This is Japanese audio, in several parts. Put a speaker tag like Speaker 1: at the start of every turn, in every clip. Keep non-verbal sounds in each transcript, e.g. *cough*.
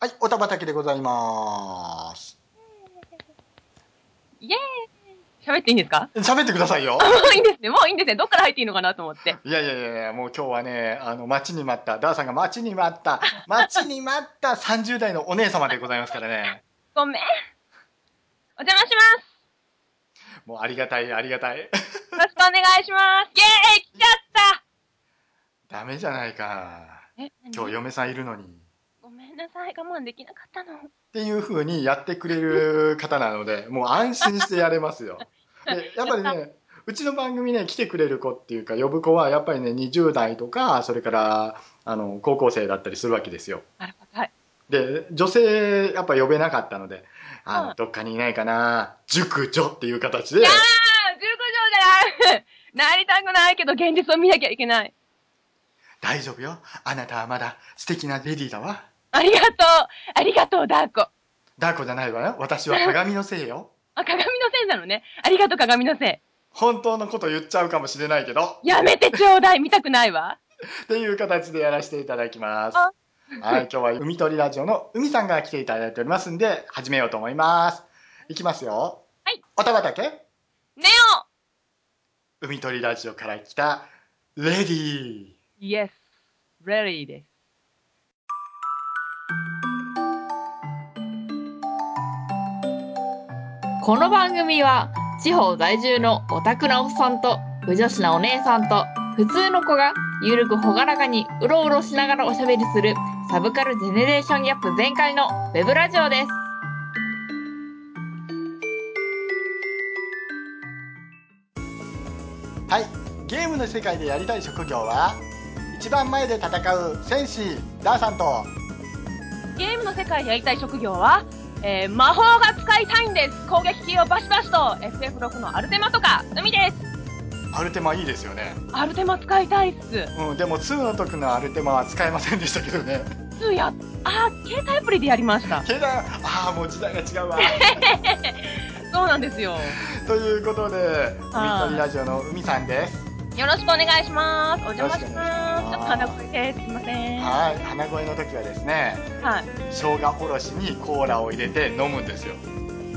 Speaker 1: はい、おたばたけでございます。
Speaker 2: イエーイ喋っていいんですか
Speaker 1: 喋ってくださいよ。
Speaker 2: もういいんですね。もういいんですね。どっから入っていいのかなと思って。
Speaker 1: いやいやいやいや、もう今日はね、あの、待ちに待った、ダーさんが待ちに待った、待ちに待った30代のお姉様でございますからね。
Speaker 2: ごめん。お邪魔し
Speaker 1: もうありがたい、ありがたい。
Speaker 2: ます。よろしくお願いします。イエーイ来ちゃっ
Speaker 1: ダメじゃないか。
Speaker 2: たえ、何
Speaker 1: 今日嫁さんいるのに。っ
Speaker 2: ごめんなさい。我慢できなかったの。
Speaker 1: ていう風にやってくれる方なので、もう安心してやれますよ。でやっぱりね、うちの番組ね、来てくれる子っていうか、呼ぶ子はやっぱりね、20代とか、それから、あの、高校生だったりするわけですよ。
Speaker 2: あら、はい。
Speaker 1: で、女性、やっぱ呼べなかったので、あの、
Speaker 2: うん
Speaker 1: どっかにいないかな、熟女っていう形で
Speaker 2: や、あー、15条じゃないなりたくないけど、現実を見なきゃいけない。
Speaker 1: 大丈夫よ。あなたはまだ素敵なレディーだわ。
Speaker 2: ありがとう。ありがとう、ダーコ。
Speaker 1: ダーコじゃないわよ。私は鏡のせいよ。
Speaker 2: あ、鏡のせいなのね。ありがとう、鏡のせ
Speaker 1: 本当のこと言っちゃうかもしれないけど、
Speaker 2: い。やめてちょうだい。見たくないわ。
Speaker 1: っていう形でやらせていただきます。
Speaker 2: あ
Speaker 1: はい、今日は海鳥ラジオの海さんが来ていただいておりますんで、始めようと思います。いきますよ。
Speaker 2: はい。
Speaker 1: おたばたけ
Speaker 2: ネオ
Speaker 1: 海鳥ラジオから来た、レディー。
Speaker 2: イエス、レディーです。
Speaker 3: この番組は地方在住のオタクなおっさんと不女子なお姉さんと普通の子がゆるくほがらかにうろうろしながらおしゃべりするサブカルジェネレーションギャップ全開のウェブラジオです。
Speaker 1: はい、ゲームの世界でやりたい職業は一番前で戦う戦士ダーさんと
Speaker 2: ゲームの世界でやりたい職業は、えー魔法が使いたいんです攻撃系をバシバシと FF6 のアルテマとか海です
Speaker 1: アルテマいいですよね、
Speaker 2: アルテマ使いたいっす
Speaker 1: うん、でも2の時のアルテマは使えませんでしたけどね *laughs*
Speaker 2: 通やあー携帯アプリでやりました
Speaker 1: けどああもう時代が違う
Speaker 2: *laughs*
Speaker 1: わ
Speaker 2: そうなんですよ
Speaker 1: ということで海
Speaker 2: あー
Speaker 1: 鳥ラジオの海さんです
Speaker 2: よろしくお願いしますお邪魔しますち
Speaker 1: よ
Speaker 2: ょっ
Speaker 1: ろ
Speaker 2: と
Speaker 1: しくお願いします
Speaker 2: 鼻声ですすいませんは
Speaker 1: はい鼻声の時はですね
Speaker 2: い
Speaker 1: 生姜おろしにコーラを入れて飲むんですよ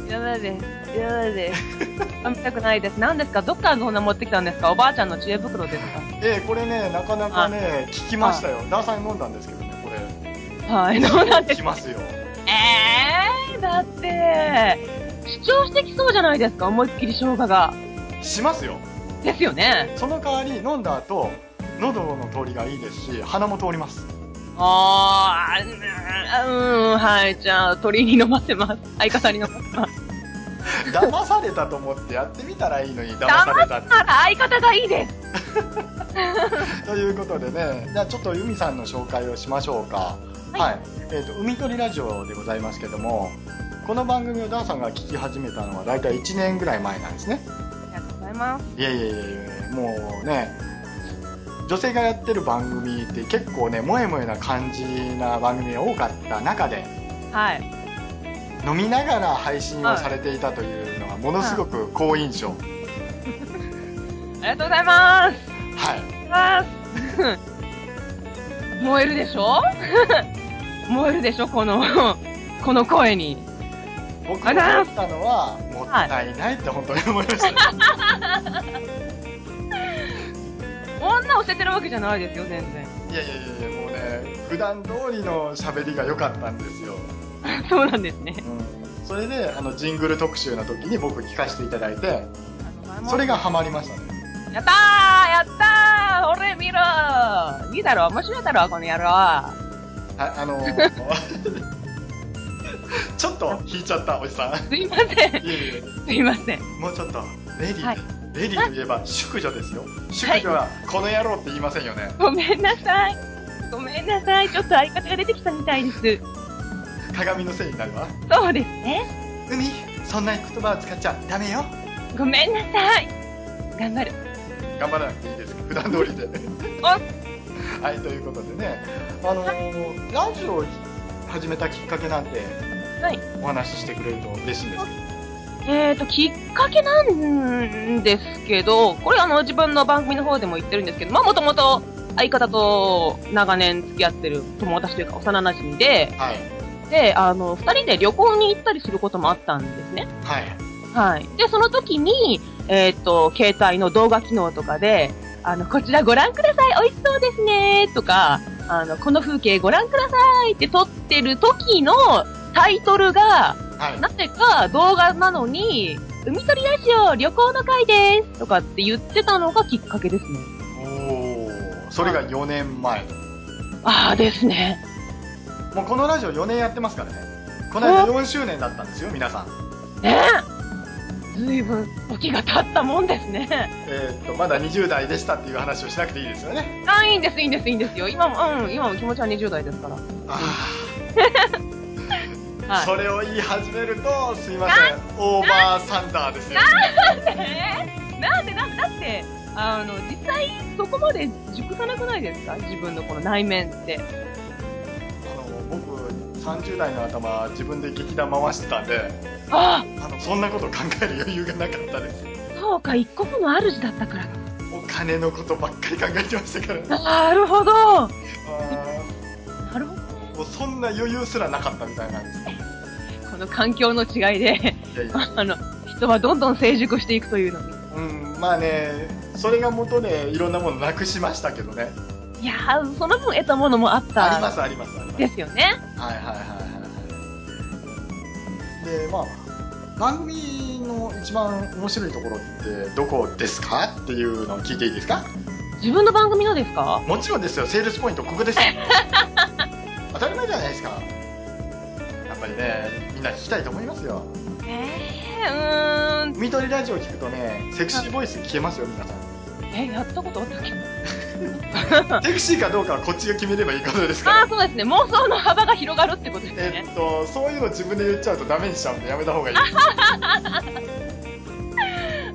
Speaker 2: やばいですやばいです飲みたくないです何ですかどっからそんな持ってきたんですかおばあちゃんの知恵袋です
Speaker 1: えーこれねなかなかね聞きましたよダーさん飲んだんですけどねこれ
Speaker 2: かはいどうなんで
Speaker 1: 聞
Speaker 2: す
Speaker 1: きますよ
Speaker 2: えー、だって主張してきそうじゃないですか思いっきり生姜が
Speaker 1: しますよ
Speaker 2: ですよね。
Speaker 1: その代わり飲んだ後喉の通りがいいですし鼻も通ります
Speaker 2: あー、うんうん、はい、じゃあ、鳥に飲ませます。相方に飲ませます。
Speaker 1: 騙されたと思ってやってみたらいいのに騙さ
Speaker 2: 騙
Speaker 1: れ
Speaker 2: す
Speaker 1: た
Speaker 2: なら相方がいいです。
Speaker 1: ということでねじゃあちょっと海さんの紹介をしましょうかはい、
Speaker 2: はい
Speaker 1: えっ、と海鳥ラジオでございますけどもこの番組をダンさんが聞き始めたのは大体1年ぐらい前なんですね
Speaker 2: ありがとうございます。
Speaker 1: いやいやいやいやもうね女性がやってる番組って結構ね萌え萌えな感じな番組が多かった中で
Speaker 2: はい。
Speaker 1: 飲みながら配信をされていたというのはものすごく好印象、
Speaker 2: ありがとうございます。
Speaker 1: はい、
Speaker 2: あー燃えるでしょ *laughs* 燃えるでしょこの、この声に。
Speaker 1: 僕が思ったのはもったいないって本当に思いました、
Speaker 2: 女を捨ててるわけじゃないですよ、全然。
Speaker 1: い、やいやいやいやもうね普段通りの喋りが良かったんですよ、
Speaker 2: *laughs* そうなんですね。
Speaker 1: うん、それであのジングル特集の時に僕聞かせていただいて
Speaker 2: ありがとうございます
Speaker 1: それがハマりましたね
Speaker 2: やったーやったー俺見ろいいだろ面白いだろこの野郎
Speaker 1: はいあの *laughs* ちょっと引いちゃったおじさん
Speaker 2: すいません。
Speaker 1: いやいやいや
Speaker 2: すいません。
Speaker 1: もうちょっとレディー、
Speaker 2: はい
Speaker 1: レディーといえば淑女ですよ淑女はこの野郎って言いませんよね、
Speaker 2: ごめんなさい。ごめんなさい。ちょっと相方が出てきたみたいです。
Speaker 1: 鏡のせいになるわ
Speaker 2: そうですね。
Speaker 1: 海そんな言葉を使っちゃダメよ
Speaker 2: ごめんなさい。頑張る。
Speaker 1: 頑張らなくていいです普段通りで *laughs* はいということでねあのーラジオを始めたきっかけなんて
Speaker 2: はい。
Speaker 1: お話ししてくれると嬉しいんですけ
Speaker 2: えーと、きっかけなんですけど、これあの、自分の番組の方でも言ってるんですけど、まあもともと相方と長年付き合ってる友達というか幼馴染で、
Speaker 1: どはい
Speaker 2: で、あの、二人で旅行に行ったりすることもあったんですね。
Speaker 1: はい。
Speaker 2: はい。で、その時に、えーっと、携帯の動画機能とかで、あの、こちらご覧ください美味しそうですねとか、あの、この風景ご覧くださいって撮ってる時のタイトルが、
Speaker 1: はい。
Speaker 2: なぜか動画なのに、海鳥ラジオ旅行の会ですとかって言ってたのがきっかけですね。
Speaker 1: おーそれが4年前。
Speaker 2: ああですね。
Speaker 1: もうこのラジオ4年やってますからね。この間4周年だったんですよ、皆さん。
Speaker 2: ねえ。ずいぶん時が経ったもんですね。
Speaker 1: えーっと、まだ20代でしたっていう話をしなくていいですよね。
Speaker 2: あいいんです、いいんです、いいんですよ。今も、うん、今も気持ちは20代ですから。
Speaker 1: ああ、
Speaker 2: はい。
Speaker 1: それを言い始めると、すいません。オーバーサンダーですよ。
Speaker 2: えなんでなんでだって、あの、実際そこまで熟さなくないですか自分のこの内面って。
Speaker 1: あの僕30代の頭自分で劇団回してたんで
Speaker 2: あ
Speaker 1: あのそんなこと考える余裕がなかったです
Speaker 2: あ、そうか、一国の主だったから。
Speaker 1: お金のことばっかり考えてましたから
Speaker 2: なるほど。な
Speaker 1: あ
Speaker 2: るほど。
Speaker 1: ーもうそんな余裕すらなかったみたいなんです
Speaker 2: この環境の違いで、 *laughs*
Speaker 1: いやいや
Speaker 2: あの、人はどんどん成熟していくというのに。
Speaker 1: うんまあねそれが元でいろんなものなくしましたけどね
Speaker 2: いやー、その分得たものもあっ
Speaker 1: ありま
Speaker 2: た。
Speaker 1: すありますあります
Speaker 2: ですよね。
Speaker 1: はいはいはいはいはいでまあ番組の一番面白いところってどこですかっていうのを聞いていいですか
Speaker 2: 自分の番組のですか
Speaker 1: もちろんですよ、セールスポイント、ここですよ。 *laughs* 当たり前じゃないですか。やっぱりね、みんな聞きたいと思いますよ。
Speaker 2: ええー、うーん。
Speaker 1: 海鳥ラジオ聞くとね、セクシーボイス聞けますよ、皆さん。
Speaker 2: え、やったことあったっけ
Speaker 1: セクシーかどうかはこっちが決めればいいことですから。
Speaker 2: ああ、そうですね。妄想の幅が広がるってことです
Speaker 1: え
Speaker 2: ね。
Speaker 1: っと、そういうの自分で言っちゃうとダメにしちゃうんでやめた方がいいです。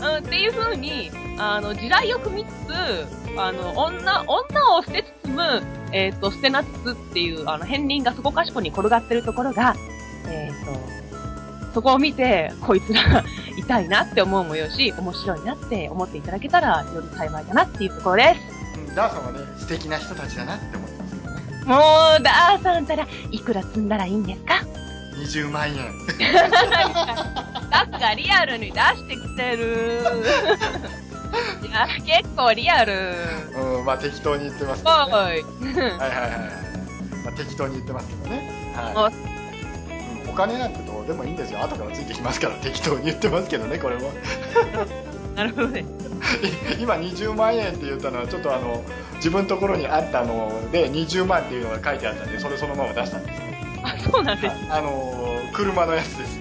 Speaker 2: うん、っていう風に、あの、地雷を組みつつ、あの、女、女を捨てつつむ、えっ、と、捨てなつつっていう、あの、片鱗がそこかしこに転がってるところが、えっ、と、そこを見て、こいつら、痛いなって思うもよし、面白いなって思っていただけたら、より幸いだなっていうところです。
Speaker 1: うんダーさんはね、素敵な人たちだなって思ってますけどね。
Speaker 2: もう、ダーさんたら、いくら積んだらいいんですか
Speaker 1: 20万円。
Speaker 2: ダーがリアルに出してきてる。 *laughs* いや、結構リアル。
Speaker 1: うん、まあ適当に言って *laughs* ますけど、ね。は
Speaker 2: おい。
Speaker 1: いはいはいはい。まあ適当に言ってますけどね。はい。
Speaker 2: もう
Speaker 1: うんお金なんてどうでもいいんですよ後からついてきますから適当に言ってますけどねこれも *laughs*
Speaker 2: なるほどね。
Speaker 1: 今20万円って言ったのはちょっとあの自分のところにあったので20万っていうのが書いてあったんでそれそのまま出したんです
Speaker 2: あ、そうなんです。
Speaker 1: あのー車のやつです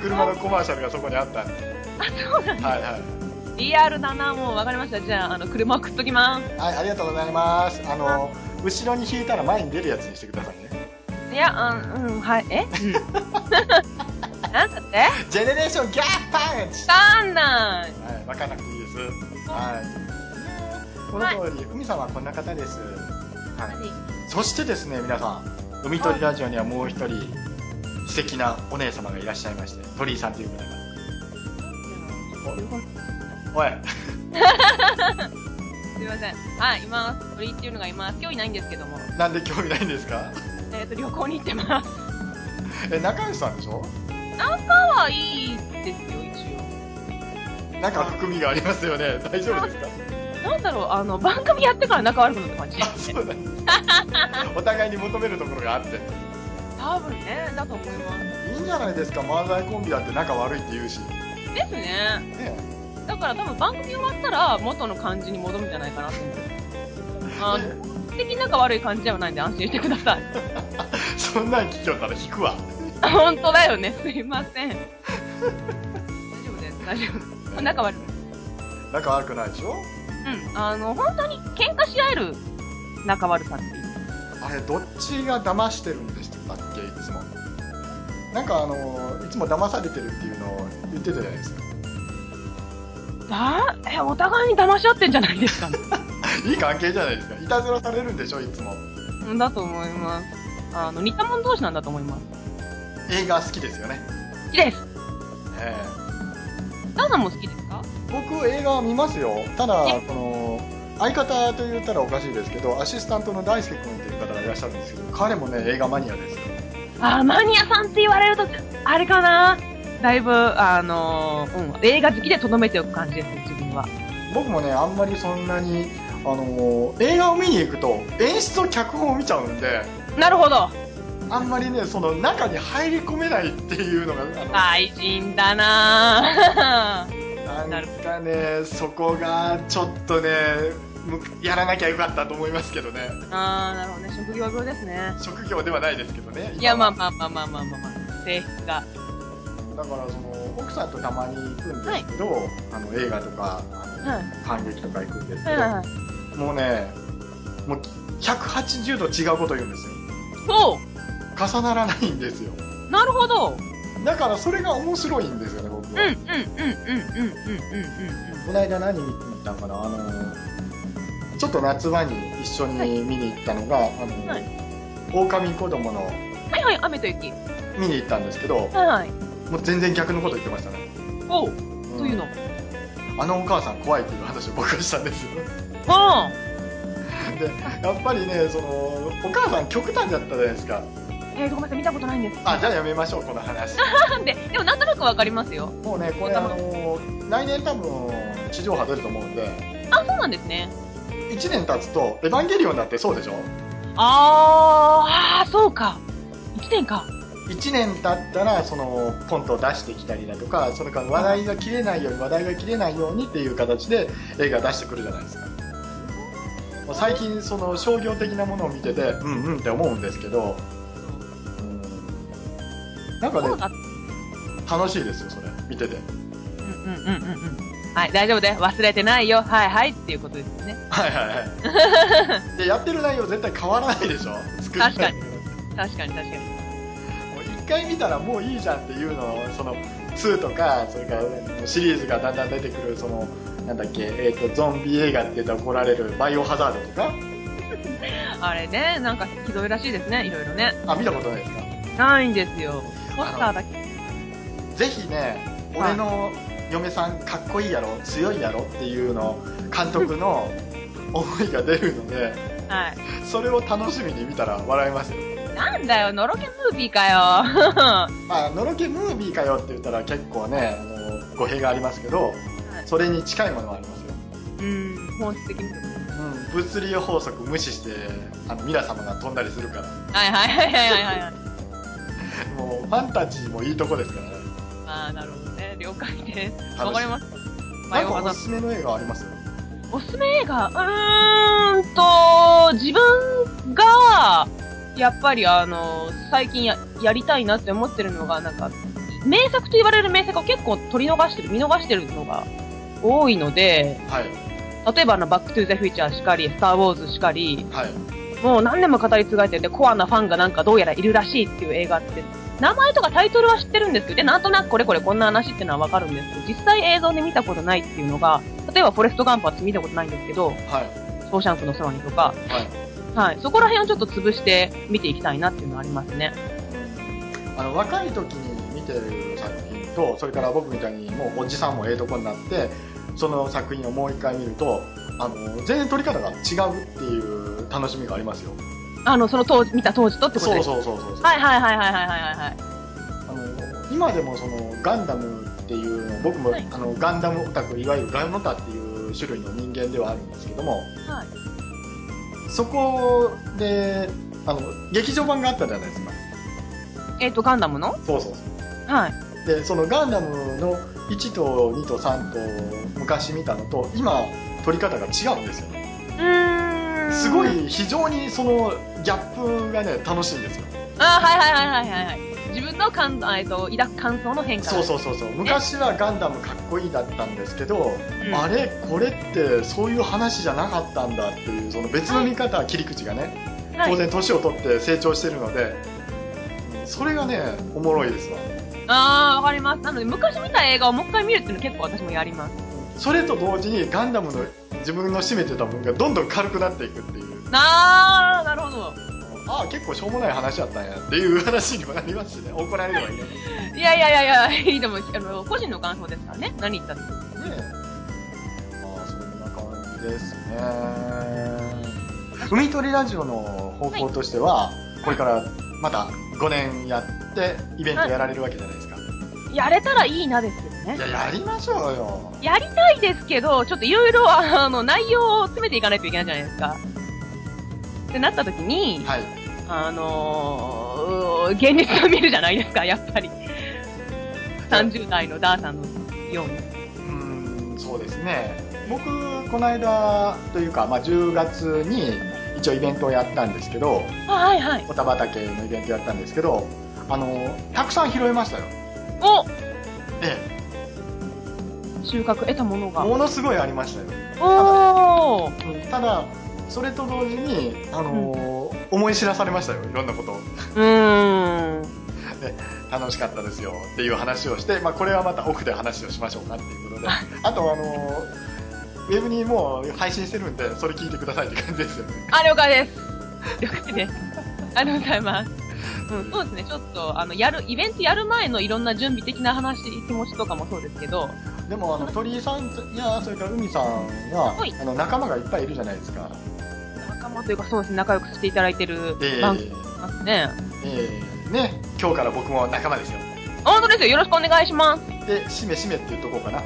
Speaker 1: 車のコマーシャルがそこにあったんで
Speaker 2: あ、そうなん
Speaker 1: はいはい
Speaker 2: リアルだな、もうわかりました。じゃあ、あの、車送っときます。
Speaker 1: はいありがとうございますあのー後ろに引いたら前に出るやつにしてくださいね
Speaker 2: いや、うん、うん、はい、 *laughs* えなんだって
Speaker 1: ジェネレーションギャッパンチ
Speaker 2: わかんない。
Speaker 1: はい、分からなくていいです。はい。この通り、海さんはこんな方です。はい。そしてですね、皆さん、海鳥ラジオにはもう一人、素敵なお姉様がいらっしゃいまして、鳥居さんという方が。おい、
Speaker 2: すいません。はい、います。鳥っていうのがいます。今日いないんですけども。
Speaker 1: なんで興味ないんですか
Speaker 2: えっ、と、旅行に行ってます。
Speaker 1: え、仲良しさんでしょ
Speaker 2: 仲はいいですよ、一
Speaker 1: なんか含みがありますよね。大丈夫ですか
Speaker 2: 応。なんだろう、あの、番組やってから仲悪くなった感じ。
Speaker 1: あ、そうなんです。お互いに求めるところがあって。
Speaker 2: 多分ね、だと思います。
Speaker 1: いいんじゃないですか、漫才コンビだって仲悪いって言うし。
Speaker 2: ですね。
Speaker 1: ね
Speaker 2: だから多分番組終わったら、元の感じに戻るんじゃないかなと思って。あの、本的に仲悪い感じではないんで安心してください。
Speaker 1: そんなん聞きよったら引くわ。
Speaker 2: *laughs* 本当だよね。すいません。大丈夫です。大丈夫です。仲悪くない。
Speaker 1: 仲悪くないでしょ
Speaker 2: うん。あの、本当に喧嘩し合える仲悪さっていう。
Speaker 1: あれどっちが騙してるんでしたっけいつもなんかあのいつも騙されてるっていうのを言ってたじゃない *laughs* ですか
Speaker 2: だえ、お互いに騙し合ってんじゃないですかね。
Speaker 1: いい関係じゃないですかいたずらされるんでしょいつも
Speaker 2: うん *laughs* だと思います。あの、似た者同士なんだと思います。
Speaker 1: 映画好きですよね、
Speaker 2: 好きです。
Speaker 1: え
Speaker 2: ダンさんも好きですか
Speaker 1: え僕映画見ますよただこの相方と言ったらおかしいですけどアシスタントの大輔君っていう方がいらっしゃるんですけど彼もね映画マニアですよ
Speaker 2: あー、マニアさんって言われると、あれかなだいぶ、あのーうん、映画好きでとどめておく感じです、自分は。
Speaker 1: 僕もねあんまりそんなにあのー映画を見に行くと演出と脚本を見ちゃうんで
Speaker 2: なるほど。
Speaker 1: あんまりねその中に入り込めないっていうのがあの
Speaker 2: 愛人だなぁ *laughs*
Speaker 1: なんかねそこがちょっとねむやらなきゃよかったと思いますけどね
Speaker 2: あー、なるほどね。職業病ですね。
Speaker 1: 職業ではないですけどね
Speaker 2: いや、まあ
Speaker 1: 今
Speaker 2: まあまあまあまあまあ、まあ、性質が。
Speaker 1: はだからその奥さんとたまに行くんですけど、あの映画とかあの、
Speaker 2: はい
Speaker 1: 観劇とか行くんですけ
Speaker 2: はい
Speaker 1: ど、
Speaker 2: はいはい。
Speaker 1: もうねもう180度違うこと言うんですよ
Speaker 2: そ
Speaker 1: 重ならないんですよ
Speaker 2: うなるほど
Speaker 1: だからそれが面白いんですよね僕
Speaker 2: うん
Speaker 1: は、
Speaker 2: うんうんうんうんうんうん
Speaker 1: この間何見に行ったんかなあのちょっと夏場に一緒に見に行ったのが、あの、
Speaker 2: はい
Speaker 1: 狼子供の
Speaker 2: うん。はいはい、雨と雪。
Speaker 1: 見に行ったんですけど、
Speaker 2: はいはい。
Speaker 1: もう全然逆のこと言ってましたね。
Speaker 2: おう、
Speaker 1: ん
Speaker 2: というの。うん。
Speaker 1: あのお母さん怖いっていう話を僕はしたん
Speaker 2: *laughs*
Speaker 1: ですよ。で、やっぱりね、その、お母さん極端だったじゃないですか。
Speaker 2: えー、ごめんなさい、見たことないんです。
Speaker 1: あ、じゃあやめましょう、この
Speaker 2: *laughs*
Speaker 1: 話。
Speaker 2: なんで、でもなんとなくわかりますよ。
Speaker 1: もうね、これあの、来年多分、地上波出ると思うんで、
Speaker 2: あ、そうなんですね。
Speaker 1: 1年経つと、エヴァンゲリオンだってそうでしょ
Speaker 2: あー、あーそうか。1年か。
Speaker 1: 1年経ったらそのコントを出してきたりだとかそれから話題が切れないように話題が切れないようにっていう形で映画出してくるじゃないですかもう最近その商業的なものを見ててうんうんって思うんですけどうんなん
Speaker 2: そう
Speaker 1: かね
Speaker 2: だ
Speaker 1: 楽しいですよそれ見てて
Speaker 2: うんうんうんうんうん。はい、大丈夫だよ。忘れてないよ。はいはいっていうことですよね。
Speaker 1: はいはいはい
Speaker 2: *laughs*
Speaker 1: でやってる内容絶対変わらないでしょ作
Speaker 2: 確か
Speaker 1: に
Speaker 2: に確かに確かに。
Speaker 1: もう一回見たらもういいじゃんっていうのをその2とかそれからシリーズがだんだん出てくるそのなんだっけ、えー、とゾンビ映画って言ったら怒られる「バイオハザード」とか
Speaker 2: あれね、なんかひどいらしいですね、いろいろね。
Speaker 1: あ見たことないですか
Speaker 2: ないんですよ。ポスターだけ。
Speaker 1: ぜひね俺の嫁さんかっこいいやろ強いやろっていうの監督の思いが出るので
Speaker 2: はい。
Speaker 1: それを楽しみに見たら笑えますよ
Speaker 2: なんだよ、のろけムービーかよ。
Speaker 1: まあのろけムービーかよって言ったら結構ねあの語弊がありますけどそれに近いものはありますよ
Speaker 2: うん、本質的に。は
Speaker 1: うん、物理法則無視してあの皆様が飛んだりするから
Speaker 2: いはいはいはいはいはい。
Speaker 1: もうファンタジーもいいとこですからね
Speaker 2: ああ、なるほどね。了解です。
Speaker 1: しい
Speaker 2: わかります。バ
Speaker 1: な
Speaker 2: イ
Speaker 1: ん
Speaker 2: オ
Speaker 1: か
Speaker 2: ハザ
Speaker 1: お
Speaker 2: ー
Speaker 1: すすめの映画あります
Speaker 2: ド。おすすめ映画、うーんと、自分が、やっぱりあの、最近ややりたいなって思ってるのが、なんか、名作と言われる名作を結構取り逃してる、見逃してるのが多いので、
Speaker 1: はい
Speaker 2: 例えばあの、バックトゥーザフューチャーしかり、スターウォーズしかり、
Speaker 1: はい
Speaker 2: もう何年も語り継がれてるんで、コアなファンがなんかどうやらいるらしいっていう映画って、名前とかタイトルは知ってるんですけど、で、なんとなくこれこれこんな話ってのはわかるんですけど、実際映像で見たことないっていうのが、例えばフォレストガンプは見たことないんですけど、
Speaker 1: はい
Speaker 2: ショーシャンクの空にとか、
Speaker 1: はい
Speaker 2: はい、そこら辺をちょっと潰して見ていきたいなっていうのはありますね。
Speaker 1: うんあの若い時に見てる作品とそれから僕みたいにもうおじさんもええとこになってその作品をもう一回見るとあの全然撮り方が違うっていう楽しみがありますよ
Speaker 2: あの、その当時、見た当時とってこと
Speaker 1: そ
Speaker 2: で
Speaker 1: う
Speaker 2: す。
Speaker 1: そうそうそうそう
Speaker 2: はいはいはいはいはいはいはい。
Speaker 1: あの今でもそのガンダムっていうの僕も、
Speaker 2: はい
Speaker 1: あのガンダムオタクいわゆるガンオタっていう種類の人間ではあるんですけども
Speaker 2: はい。
Speaker 1: そこであの劇場版があったじゃないですか
Speaker 2: えっ、と、ガンダムの
Speaker 1: そうそうそ
Speaker 2: はい。
Speaker 1: うでそのガンダムの1と2と3と昔見たのと今撮り方が違うんですよね
Speaker 2: うーん。
Speaker 1: すご。い非常にそのギャップがね楽しいんですよ
Speaker 2: あー、はいはいはいはいはい。自分の感、あえっと、抱く感想の変化。
Speaker 1: そうそうそうそう昔はガンダムかっこいいだったんですけど、
Speaker 2: うん
Speaker 1: あれこれってそういう話じゃなかったんだっていうその別の見方、切り口がね
Speaker 2: う。
Speaker 1: 当然年を取って成長してるので、それがねおもろいですわ
Speaker 2: ああ、わかります。なので、昔見た映画をもう一回見るっていうの結構私もやります。
Speaker 1: それと同時にガンダムの自分の占めてた分がどんどん軽くなっていくっていう
Speaker 2: ああ、なるほど。
Speaker 1: ああ結構しょうもない話だったんやっていう話にもなりますしね怒られればいいね
Speaker 2: いやいやいやいや、いいでも、あの、個人の感想ですからね。何言ったって。
Speaker 1: ねまあそんな感じでですね。海鳥ラジオの方向としては、これからまた5年やって、イベントやられるわけじゃないですか。
Speaker 2: やれたらいいなですけど
Speaker 1: い
Speaker 2: ね。
Speaker 1: や、やりましょうよ。
Speaker 2: やりたいですけど、ちょっといろいろ、あの、内容を詰めていかないといけないじゃないですか。ってなった時に、
Speaker 1: はい。
Speaker 2: あのー、現実を見るじゃないですか、やっぱり。30代のダーさんのように。
Speaker 1: うーん、そうですね。僕、この間というか、まあ、10月に一応イベントをやったんですけど、
Speaker 2: あはいはい。
Speaker 1: おた畑のイベントやったんですけど、あの、たくさん拾えましたよ。
Speaker 2: お
Speaker 1: え
Speaker 2: 収穫得たもの
Speaker 1: え、
Speaker 2: が。
Speaker 1: ものすごいありましたよ。
Speaker 2: おー
Speaker 1: うんただ、それと同時に、あのー思い知らされましたよ、いろんなことを
Speaker 2: うーん。
Speaker 1: 楽しかったですよっていう話をして、まあ、これはまた奥で話をしましょうかっていうことで、あと、あのーウェブにもう配信してるんで、それ聞いてくださいって感じですよね。
Speaker 2: あ、了解です。了解です。ありがとうございます。うん、そうですね。ちょっと、あの、やる、イベントやる前のいろんな準備的な話、気持ちとかもそうですけど、
Speaker 1: でもあの鳥居さんやそれから海さんや
Speaker 2: はい
Speaker 1: あの仲間がいっぱいいるじゃないですか。
Speaker 2: 仲間というかそうですね、仲良くしていただいてる
Speaker 1: ええ
Speaker 2: 番組ますね。
Speaker 1: ええね今日から僕も仲間ですよ。
Speaker 2: 本当ですよ。よろしくお願いします。
Speaker 1: でしめしめって言っとこうかな。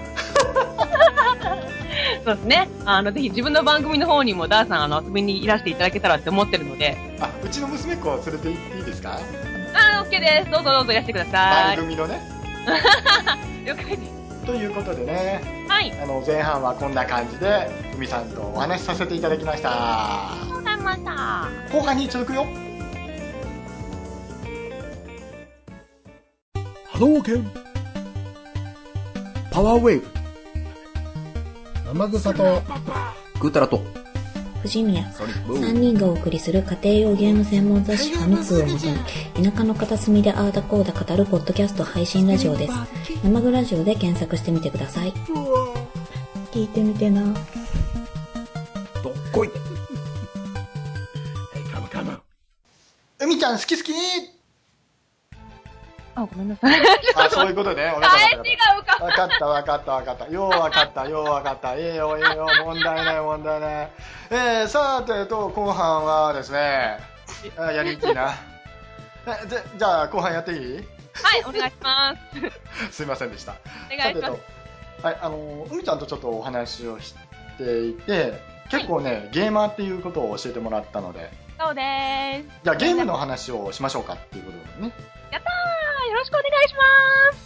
Speaker 2: そうですね。あの、ぜひ自分の番組の方にもダーさん、あの、遊びにいらしていただけたらって思ってるので、
Speaker 1: あうちの娘っ子を連れて行っていいですか？
Speaker 2: あー、OK です。どうぞどうぞいらしてくださ
Speaker 1: 番
Speaker 2: い。
Speaker 1: 組のね。
Speaker 2: 了解です。
Speaker 1: ということでね
Speaker 2: はい。
Speaker 1: あの前半はこんな感じで海さんとお話しさせていただきました。
Speaker 2: ありがとうございました。
Speaker 1: 後半に続くよ。
Speaker 4: 波動拳
Speaker 5: パワーウェーブ
Speaker 4: 生臭と
Speaker 5: グータラと
Speaker 6: 藤宮
Speaker 5: ソニックブ
Speaker 6: 3人がお送りする家庭用ゲーム専門雑誌ファミ通をもとに田舎の片隅であーだこーだ語るポッドキャスト配信ラジオです生グラジオで検索してみてください聞いてみてな
Speaker 5: どっこい
Speaker 4: カムカム
Speaker 1: 海ちゃん好き好き。
Speaker 2: あ、ごめんなさい。
Speaker 1: あそういうことね。わかったわか
Speaker 2: 返
Speaker 1: った
Speaker 2: しが浮か
Speaker 1: わかったわかったわかった。ようわかったようわかった。ええよええよ。問題ない問題ない。えー、さてと、後半はですね。あやりにくいな。えじゃじゃあ、後半やっていい
Speaker 2: はい、お願いします。
Speaker 1: すいませんでした。
Speaker 2: お願いしま
Speaker 1: さ。
Speaker 2: す
Speaker 1: てと、はい、あの、海ちゃんとちょっとお話をしていて、結構ね、ゲーマーっていうことを教えてもらったので、
Speaker 2: そうでーす。
Speaker 1: じゃあゲームの話をしましょうかっていうことでね。
Speaker 2: やったーよろしくお願いし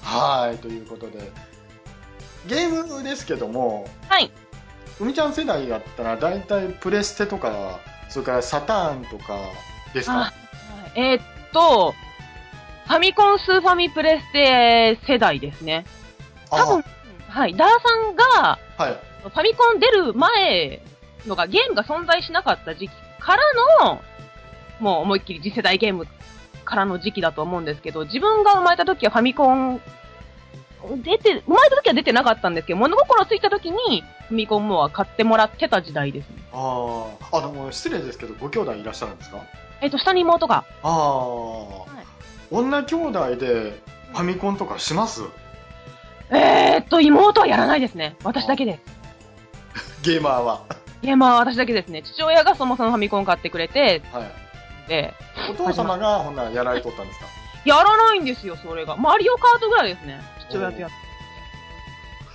Speaker 2: ま
Speaker 1: はい、ということで。ゲームですけども、
Speaker 2: すはい。
Speaker 1: 海ちゃん世代だったら大体プレステとかそれからサターンとかですか
Speaker 2: えーっと、ファミコンスーファミプレステ世代ですね。多分、はい、ダーさんが
Speaker 1: あはい
Speaker 2: ファミコン出る前のがゲームが存在しなかった時期からの、もう思いっきり次世代ゲームからの時期だと思うんですけど、自分が生まれた時はファミコン、出て、生まれた時は出てなかったんですけど、物心ついた時にファミコンもは買ってもらってた時代ですね。
Speaker 1: あーあでも失礼ですけどご兄弟いらっしゃるんですか
Speaker 2: えーっと、下に妹が
Speaker 1: ああ、
Speaker 2: い
Speaker 1: 女兄弟でファミコンとかします
Speaker 2: えー、っと、妹はやらないですね。私だけです。
Speaker 1: ゲーマーは
Speaker 2: いや、まあ私だけですね。父親がそもそもファミコン買ってくれて、
Speaker 1: はい
Speaker 2: で、
Speaker 1: お父様がほんならやられとったんですか
Speaker 2: やらないんですよ、それが。マリオカートぐらいですね。父親とやっ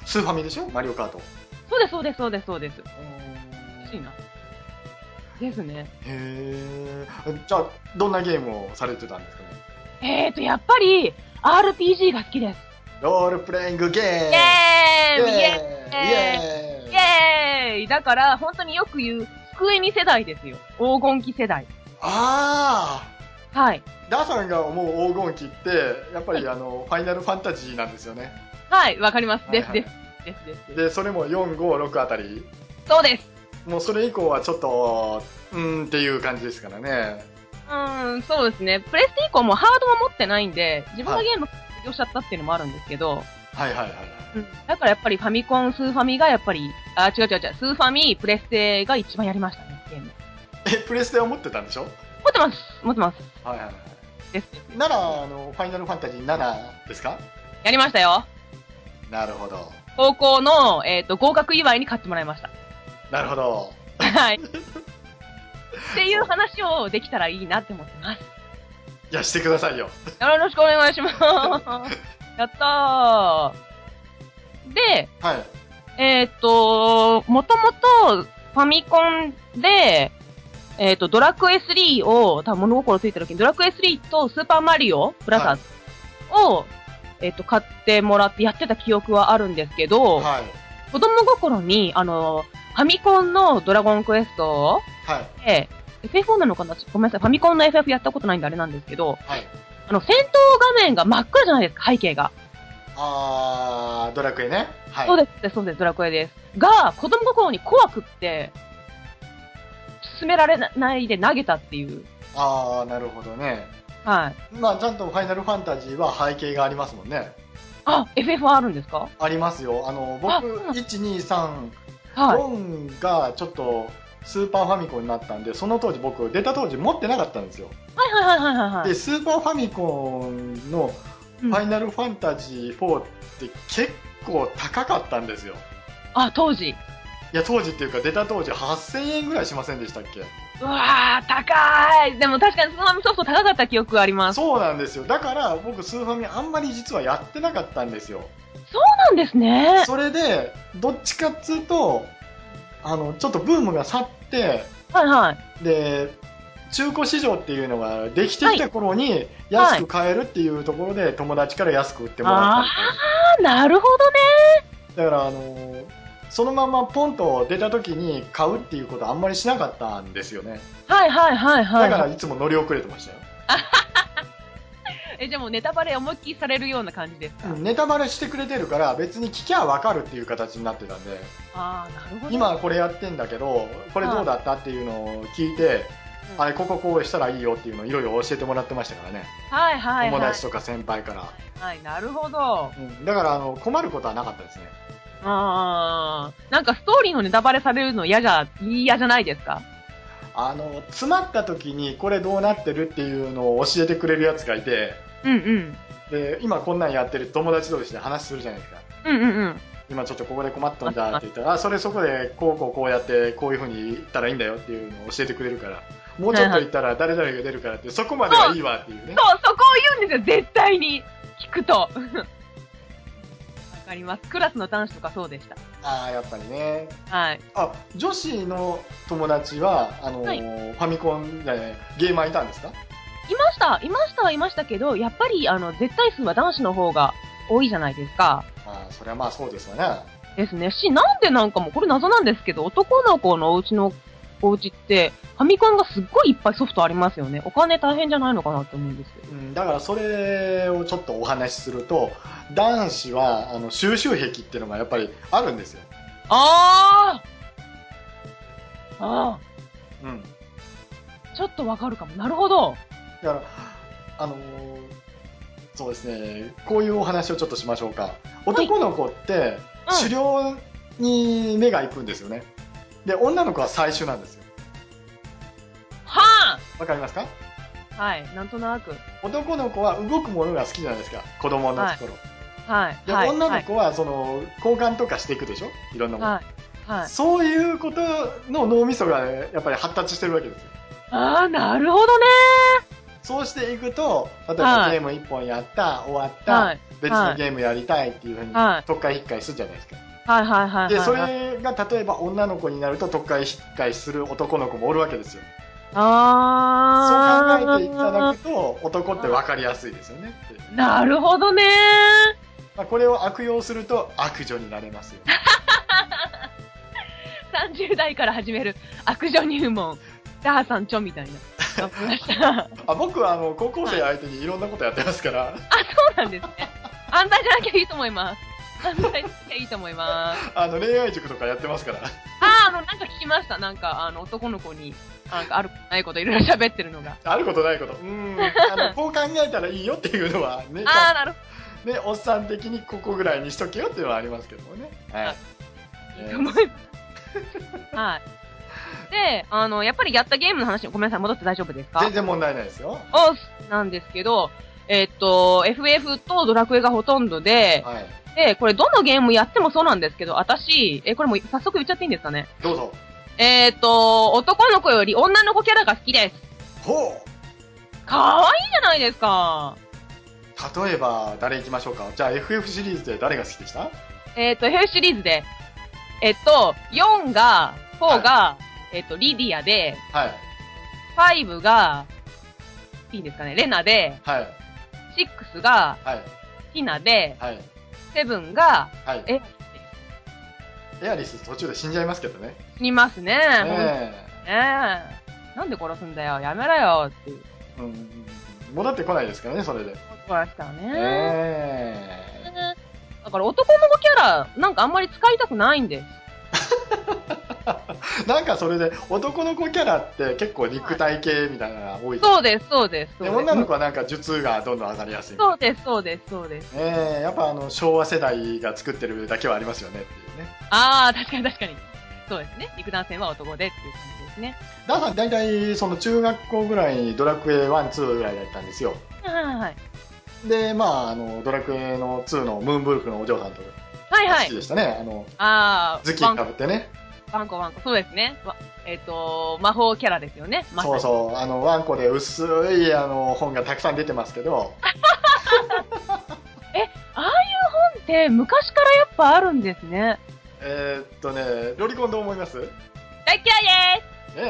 Speaker 1: スーファミでしょマリオカート
Speaker 2: そうです、そうです、そうです、そうです。おかしい
Speaker 1: へ
Speaker 2: な。ですね。
Speaker 1: えじゃあどんなゲームをされてたんですかね
Speaker 2: えー、っと、やっぱり、RPG が好きです。
Speaker 1: ロールプレイングゲーム
Speaker 2: イェーイイェ
Speaker 1: エーイ
Speaker 2: ーイイェーイだから、本当によく言う、机に世代ですよ。黄金期世代。
Speaker 1: ああ
Speaker 2: はい。
Speaker 1: ダーさんが思う黄金期って、やっぱりあの、ファイナルファンタジーなんですよ *laughs* ね。
Speaker 2: はい、わかります。です、
Speaker 1: はい
Speaker 2: で
Speaker 1: は
Speaker 2: す。です、です。
Speaker 1: で、それも4、5、6あたり。
Speaker 2: そうです。
Speaker 1: もうそれ以降はちょっと、うーんっていう感じですからね。
Speaker 2: うーん、そうですね。プレステ以降もうハードも持ってないんで、自分がゲーム卒業しちゃったっていうのもあるんですけど、
Speaker 1: はいはいはい。
Speaker 2: だからやっぱりファミコン、スーファミがやっぱり、あ、違う違う違う、スーファミ、プレステが一番やりましたね、ゲーム。
Speaker 1: え、プレステは持ってたんでしょ
Speaker 2: 持ってます持ってま
Speaker 1: はいはいはい。
Speaker 2: すですです。
Speaker 1: なら、あの、ファイナルファンタジー7ですか
Speaker 2: やりましたよ。
Speaker 1: なるほど。
Speaker 2: 高校の、えっ、と、合格祝いに買ってもらいました。 *laughs*
Speaker 1: なるほど。
Speaker 2: はい。っていう話をできたらいいなって思ってます。
Speaker 1: いや、してくださいよ。
Speaker 2: よろしくお願いします。やったー。で、
Speaker 1: はい。
Speaker 2: えーっと、もともとファミコンで、えーっと、ドラクエ3を、多分物心ついた時にドラクエ3とスーパーマリオブラザーズを、えーっと、買ってもらってやってた記憶はあるんですけど、
Speaker 1: はい。
Speaker 2: 子供心に、あの、ファミコンのドラゴンクエスト
Speaker 1: はい。
Speaker 2: で、FF4 なのかなごめんなさい。ファミコンの FF やったことないんであれなんですけど、
Speaker 1: はい。
Speaker 2: あの、戦闘画面が真っ暗じゃないですか、背景が。
Speaker 1: あー、ドラクエね。はい。
Speaker 2: そうです、そうです、ドラクエです。が、子供心に怖くって、進められないで投げたっていう。
Speaker 1: あー、なるほどね。
Speaker 2: はい。
Speaker 1: まあ、ちゃんとファイナルファンタジーは背景がありますもんね。
Speaker 2: あ、FF はあるんですか
Speaker 1: ありますよ。あの、僕、
Speaker 2: あそうなん
Speaker 1: 1、2、3、
Speaker 2: はい。
Speaker 1: 4がちょっと、スーパーファミコンになったんで、その当時僕、出た当時持ってなかったんですよ。
Speaker 2: はいはいはいはいはい
Speaker 1: で、。スーパーファミコンの
Speaker 2: う
Speaker 1: フ
Speaker 2: ん
Speaker 1: ァイナルファンタジー4って結構高かったんですよ。
Speaker 2: あ、当時。
Speaker 1: いや、当時っていうか出た当時8000円ぐらいしませんでしたっけ
Speaker 2: うわー、高いでも確かにそのままソフト高かった記憶があります。そ
Speaker 1: そうなんですよ。だから僕、スーファミあんまり実はやってなかったんですよ。
Speaker 2: うなんですね。
Speaker 1: それで、どっちかっつうと、あの、ちょっとブームが去って、
Speaker 2: はいはい。
Speaker 1: で、中古市場っていうのができてきた頃に
Speaker 2: はい
Speaker 1: 安く買えるっていうところで友達から安く売ってもらった
Speaker 2: あ、なるほどね。
Speaker 1: んですだからあのそのままポンと出た時に買うっていうことあんまりしなかったんですよね
Speaker 2: はいはいはいは
Speaker 1: だ
Speaker 2: い。
Speaker 1: からいつも乗り遅れてましたよ、
Speaker 2: え、じゃあもうネタバレ思いっきりされるような感じですか、
Speaker 1: うんネタバレしてくれてるから別に聞きゃわかるっていう形になってたんで
Speaker 2: ああ、なるほど。
Speaker 1: 今これやってんだけどこれどうだったっていうのを聞いて
Speaker 2: うん
Speaker 1: あれこここうしたらいいよっていうのをいろいろ教えてもらってましたからね
Speaker 2: はいはいはい。
Speaker 1: 友達とか先輩から
Speaker 2: はい、なるほど。
Speaker 1: うんだからあの困ることはなかったですね
Speaker 2: あーなんかストーリーのネタバレされるの嫌じゃ、嫌じゃないですか
Speaker 1: あの詰まった時にこれどうなってるっていうのを教えてくれるやつがいて
Speaker 2: うんうん。
Speaker 1: で今こんなんやってる友達同士で話するじゃないですか
Speaker 2: うんうんうん。
Speaker 1: 今ちょっとここで困ったんだって言ったらあそれそこでこうこうこうやってこういうふうに言ったらいいんだよっていうのを教えてくれるからもうちょっと言ったら誰々が出るからってそこまではいいわっていうね
Speaker 2: そう、そこを言うんですよ、絶対に。聞くと。 *laughs* わかります。クラスの男子とかそうでした。
Speaker 1: ああやっぱりね
Speaker 2: はい。
Speaker 1: あ女子の友達はあのー
Speaker 2: はい
Speaker 1: ファミコンじゃないゲーマーいたんですか
Speaker 2: いました、いました、いましたけど、やっぱり、あの、絶対数は男子の方が多いじゃないですか。
Speaker 1: あーそれはまあそうですよね
Speaker 2: ですね。し、なんでなんかも、これ謎なんですけど、男の子のお家のお家って、ファミコンがすっごいいっぱいソフトありますよね。お金大変じゃないのかなって思うんですけど。
Speaker 1: うん、だからそれをちょっとお話しすると男子はあの収集癖っていうのがやっぱりあるんですよ、
Speaker 2: あああ
Speaker 1: うん、
Speaker 2: あちょっとわかるかも。なるほど。
Speaker 1: だからあのーそうですねこういうお話をちょっとしましょうか男の子って
Speaker 2: うん
Speaker 1: 狩猟に目が行くんですよねで女の子は採集なんですよ
Speaker 2: は
Speaker 1: わかりますか
Speaker 2: あはい。なんとなく。
Speaker 1: 男の子は動くものが好きじゃないですか子供の頃、
Speaker 2: はい。
Speaker 1: で、
Speaker 2: はい。
Speaker 1: 女
Speaker 2: は
Speaker 1: の
Speaker 2: い。
Speaker 1: 子はその交換とかしていくでしょいろんなもの、
Speaker 2: はい。はい。
Speaker 1: そういうことの脳みそがねやっぱり発達してるわけですよ
Speaker 2: ああ、なるほどね。
Speaker 1: そうしていくと、例え
Speaker 2: は
Speaker 1: ば
Speaker 2: い
Speaker 1: ゲーム1本やった、終わった、
Speaker 2: はい。
Speaker 1: 別のゲームやりたいっていうふうに、
Speaker 2: はい
Speaker 1: 特会引っかいするじゃないですか。
Speaker 2: はいはいはいはい。
Speaker 1: で、そ
Speaker 2: はい
Speaker 1: れが例えば女の子になると特会引っかいする男の子もおるわけですよ。そう
Speaker 2: ああ。
Speaker 1: 考えていただくと、男って分かりやすいですよねって。
Speaker 2: なるほどね。
Speaker 1: まあ、これを悪用すると悪女になれますよ、ね。
Speaker 2: 30代から始める悪女入門。ダーさんちょみたいな。わかりました。
Speaker 1: あ僕はあの高校生相手にいろんなことやってますから、
Speaker 2: そうな
Speaker 1: *laughs*
Speaker 2: んですね。犯罪じゃなきゃいいと思います。犯罪じゃなきゃいいと思います。
Speaker 1: あの恋愛塾とかやってますから。
Speaker 2: あー、あの、なんか聞きました。なんか、あの、男の子に、なんかあることないこといろいろ喋ってるのが。
Speaker 1: あることないこと。うん。あの、こう考えたらいいよっていうのはね、
Speaker 2: あー、なるほ
Speaker 1: ね、おっさん的にここぐらいにしとけよっていうのはありますけどもね。はい。
Speaker 2: ど。いいと思います。 *laughs* はい。で、あの、やっぱりやったゲームの話、ごめんなさい、戻って大丈夫ですか
Speaker 1: 全然問題ないですよ。
Speaker 2: オスなんですけど、えっと、FF とドラクエがほとんどで、
Speaker 1: はい。
Speaker 2: で、これどのゲームやってもそうなんですけど、私、え、これもう早速言っちゃっていいんですかね。
Speaker 1: どうぞ。
Speaker 2: えっと、男の子より女の子キャラが好きです。
Speaker 1: ほ
Speaker 2: 可愛いじゃないですか。
Speaker 1: う例えば、誰行きましょうか。じゃあ、FF シリーズで誰が好きでした
Speaker 2: えっ、と、FF シリーズで、えっと、4が、4が、えっと、リディアで、
Speaker 1: はい。
Speaker 2: 5が、いいんですかね、レナで、
Speaker 1: はい。
Speaker 2: 6が、
Speaker 1: はい。
Speaker 2: ティナで、
Speaker 1: はい。
Speaker 2: 7が、
Speaker 1: はい。
Speaker 2: え
Speaker 1: エアリス途中で死んじゃいますけどね。
Speaker 2: 死にますね。ほんとね
Speaker 1: ね
Speaker 2: なんで殺すんだよ、やめろよ、っていう。
Speaker 1: え。うん。戻ってこないですからね、それで。
Speaker 2: ことですからね。
Speaker 1: え
Speaker 2: だから男の子キャラ、なんかあんまり使いたくないんです。
Speaker 1: え。なんかそれで、男の子キャラって結構肉体系みたいなのが多いじゃん
Speaker 2: そうです、そうです。そう
Speaker 1: で
Speaker 2: です
Speaker 1: 女の子はなんか術がどんどん上がりやすいみたいな
Speaker 2: そうです、そうです、そうです。
Speaker 1: ええやっぱあの昭和世代が作ってるだけはありますよねっていうね。
Speaker 2: あー、確かに確かに。そうですね。肉弾戦は男でっていう感じですね。
Speaker 1: ダーさん大体その中学校ぐらいにドラクエ1、2ぐらいだったんですよ。
Speaker 2: はいはいはい。
Speaker 1: で、まあ、あの、ドラクエの2のムーンブルクのお嬢さんと
Speaker 2: はいは
Speaker 1: 好き
Speaker 2: い。
Speaker 1: でしたね。あの、
Speaker 2: ああ、
Speaker 1: ズキ
Speaker 2: ワ
Speaker 1: か
Speaker 2: ンコ、
Speaker 1: ぶってね。
Speaker 2: ワンコ、ワンコ。そうですね。わえっ、と、魔法キャラですよね。まさ
Speaker 1: そ
Speaker 2: に
Speaker 1: うそう。あの、ワンコで薄いあの本がたくさん出てますけど、
Speaker 2: ああいう本って昔からやっぱあるんですね。
Speaker 1: えーっとね、ロリコンどう思いますね
Speaker 2: 大嫌い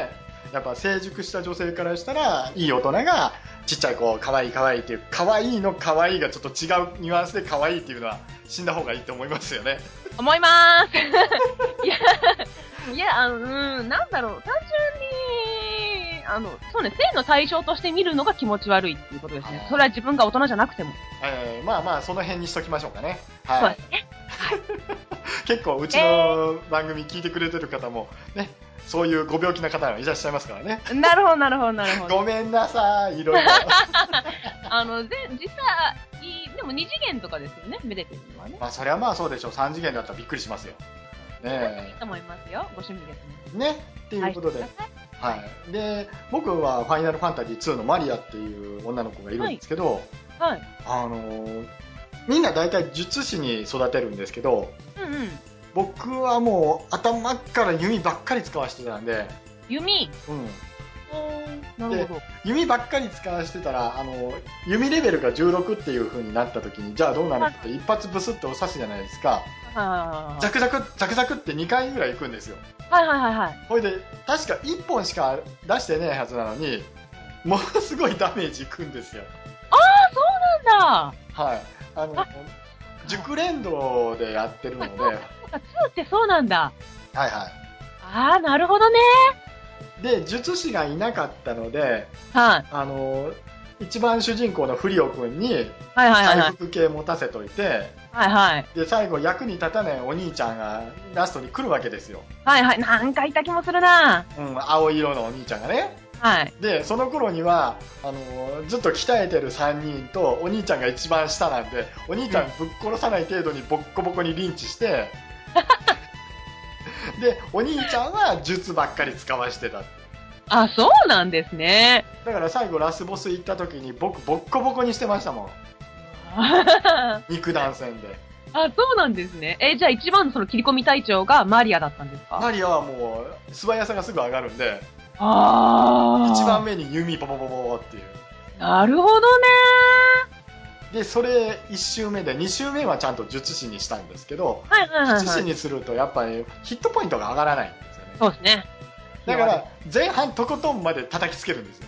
Speaker 2: で
Speaker 1: えやっぱ成熟した女性からしたら、いい大人が、ちっちゃい子、可愛い可愛いっていう、可愛いの可愛いがちょっと違うニュアンスで可愛いっていうのは、死んだ方がいいと思いますよね。
Speaker 2: す思いま
Speaker 1: *laughs*
Speaker 2: ーすいや、いや、あの、うん、なんだろう、単純に、あの、そうね、性の対象として見るのが気持ち悪いっていうことですね
Speaker 1: は。い
Speaker 2: それは自分が大人じゃなくても。
Speaker 1: えーまあまあ、その辺にしときましょうかね。
Speaker 2: そう
Speaker 1: は
Speaker 2: で
Speaker 1: い。
Speaker 2: すね。 *laughs*
Speaker 1: 結構、うちの番組聞いてくれてる方も、ね、そういうご病気な方がいらっしゃいますからね。
Speaker 2: なるほど、なるほど、なるほど。
Speaker 1: ごめんなさい、いろ *laughs* いろ。
Speaker 2: あの、ぜ実際、でも二次元とかですよね、めでてるのはね。
Speaker 1: まあ、それはまあそうでしょう。3次元だったらびっくりしますよ。
Speaker 2: い
Speaker 1: ね
Speaker 2: いと思いますよ。ご趣味ですね。
Speaker 1: え。ね。っていうことで。はい。で、僕はファイナルファンタジー2のマリアっていう女の子がいるんですけど、
Speaker 2: はい。
Speaker 1: あのーみんな大体術師に育てるんですけど、
Speaker 2: うんうん。
Speaker 1: 僕はもう頭から弓ばっかり使わしてたんで、
Speaker 2: 弓。
Speaker 1: うん。
Speaker 2: なるほど。
Speaker 1: 弓ばっかり使わしてたら、あのー弓レベルが16っていう風になった時に、じゃあどうなるかって一発ブスって刺すじゃないですか。
Speaker 2: は
Speaker 1: ザクザク、ザクザクって2回ぐらい行くんですよ。
Speaker 2: いはいはいはい。
Speaker 1: ほいで、確か1本しか出してないはずなのに、ものすごいダメージいくんですよ。
Speaker 2: なんだ。
Speaker 1: はい。あの
Speaker 2: あ、
Speaker 1: 熟練度でやってるので、
Speaker 2: あ
Speaker 1: はい
Speaker 2: そうか、ツーってそうなんだ。
Speaker 1: は
Speaker 2: ああ、なるほどね。
Speaker 1: い。で、術師がいなかったので、
Speaker 2: はい。
Speaker 1: あの、一番主人公のフリオ君に
Speaker 2: はいはいはいは
Speaker 1: 回
Speaker 2: い。
Speaker 1: 復系持たせといて、
Speaker 2: はいはい。
Speaker 1: で、最後役に立たないお兄ちゃんがラストに来るわけですよ。
Speaker 2: はいはい。なんかいた気もするな。
Speaker 1: うん、青色のお兄ちゃんがね。
Speaker 2: はい。
Speaker 1: で、その頃には、あのずっと鍛えてる3人と、お兄ちゃんが一番下なんで、お兄ちゃんぶっ殺さない程度にボッコボコにリンチして、で、お兄ちゃんは術ばっかり使わしてたって。
Speaker 2: あ、そうなんですね。 *laughs*
Speaker 1: だから最後ラスボス行った時に僕ボッコボコにしてましたもん。
Speaker 2: あ、
Speaker 1: 肉弾戦で。
Speaker 2: そうなんですね。え、じゃあ一番のその切り込み隊長がマリアだったんですか
Speaker 1: マリアはもう素早さがすぐ上がるんで、
Speaker 2: ああ。
Speaker 1: 一番。目に弓ボボボボボっていう。
Speaker 2: なるほどね。
Speaker 1: で、それ1周目で、2周目はちゃんと術師にしたんですけど、
Speaker 2: はいはいはい、
Speaker 1: 術
Speaker 2: は
Speaker 1: 師
Speaker 2: い。
Speaker 1: にするとやっぱりヒットポイントが上がらないんですよね。
Speaker 2: そうですね。
Speaker 1: だから前半とことんまで叩きつけるん
Speaker 2: *laughs*
Speaker 1: ですよ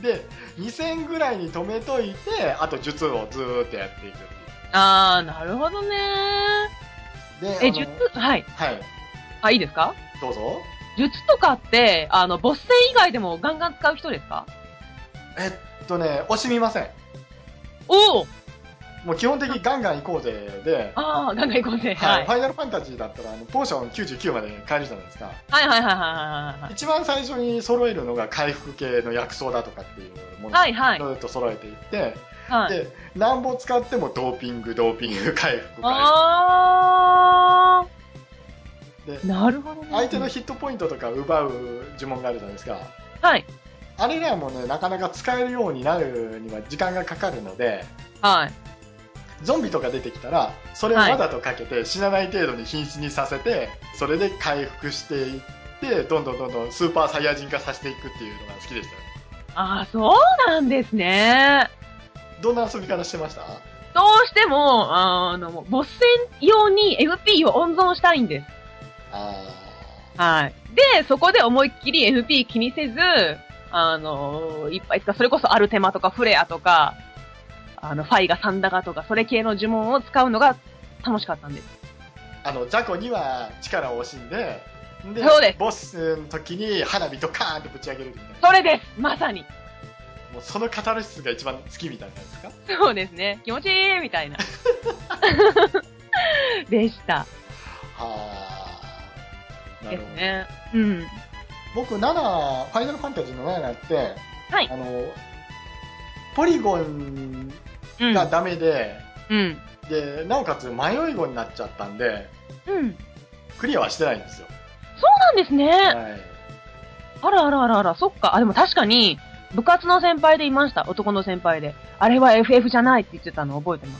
Speaker 1: で2000ぐらいに止めといてあと術をずーっとやっていくって
Speaker 2: ああ、なるほどね。
Speaker 1: いうで
Speaker 2: え、
Speaker 1: あの
Speaker 2: 術、はい。
Speaker 1: はい
Speaker 2: あ、いいですか
Speaker 1: どうぞ
Speaker 2: 術とかって、あの、ボス戦以外でもガンガン使う人ですか
Speaker 1: えっとね惜しみません
Speaker 2: おお
Speaker 1: もう基本的にガンガン行こうぜで、
Speaker 2: ああ、ガンガン行こうぜ。
Speaker 1: は
Speaker 2: はいい。
Speaker 1: フ
Speaker 2: は
Speaker 1: ァ
Speaker 2: い
Speaker 1: イナルファンタジーだったらあのポーション99まで買えるじゃないですか
Speaker 2: はいはいはいはいはい。
Speaker 1: 一番最初に揃えるのが回復系の薬草だとかっていうもの
Speaker 2: はいはい
Speaker 1: ずっと揃えていって、
Speaker 2: はい。
Speaker 1: でなんぼ使ってもドーピングドーピング回復回復
Speaker 2: あ
Speaker 1: で
Speaker 2: あ、なるほどね。
Speaker 1: 相手のヒットポイントとか奪う呪文があるじゃないですか。
Speaker 2: はい。
Speaker 1: ああれらもね、なかなか使えるようになるには時間がかかるので、
Speaker 2: はい。
Speaker 1: ゾンビとか出てきたら、それをわざとかけて死なない程度に瀕死にさせて、それで回復していって、どんどんどんどんスーパーサイヤ人化させていくっていうのが好きでしたよ。
Speaker 2: ああ、そうなんですね。
Speaker 1: どんな遊び方してました
Speaker 2: どうしても、あの、もうボス戦用に MP を温存したいんです。
Speaker 1: あ
Speaker 2: はい。で、そこで思いっきり MP 気にせず、あの、いっぱい使う、それこそアルテマとかフレアとか、あの、ファイガ、サンダガとか、それ系の呪文を使うのが楽しかったんです。
Speaker 1: ーあの、雑魚には力を惜しんで、で
Speaker 2: そうです
Speaker 1: ボスの時に花火とカーンってぶち上げるみたいな。
Speaker 2: それですまさに
Speaker 1: もうそのカタルシスが一番好きみたいなんですか
Speaker 2: そうですね。気持ちいいみたいな。 *laughs* でした。
Speaker 1: はあ。な
Speaker 2: で
Speaker 1: る
Speaker 2: す
Speaker 1: ほど。
Speaker 2: ね。うん。
Speaker 1: 僕、7、ファイナルファンタジーの7って、
Speaker 2: はい
Speaker 1: あの、ポリゴン
Speaker 2: うん。
Speaker 1: がダメで、
Speaker 2: うん。
Speaker 1: で、なおかつ迷い子になっちゃったんで、
Speaker 2: うん。
Speaker 1: クリアはしてないんですよ。
Speaker 2: そうなんですね。
Speaker 1: はい。
Speaker 2: あらあらあらあら、そっか。あ、でも確かに、部活の先輩でいました。男の先輩で。あれは FF じゃないって言ってたの覚えてま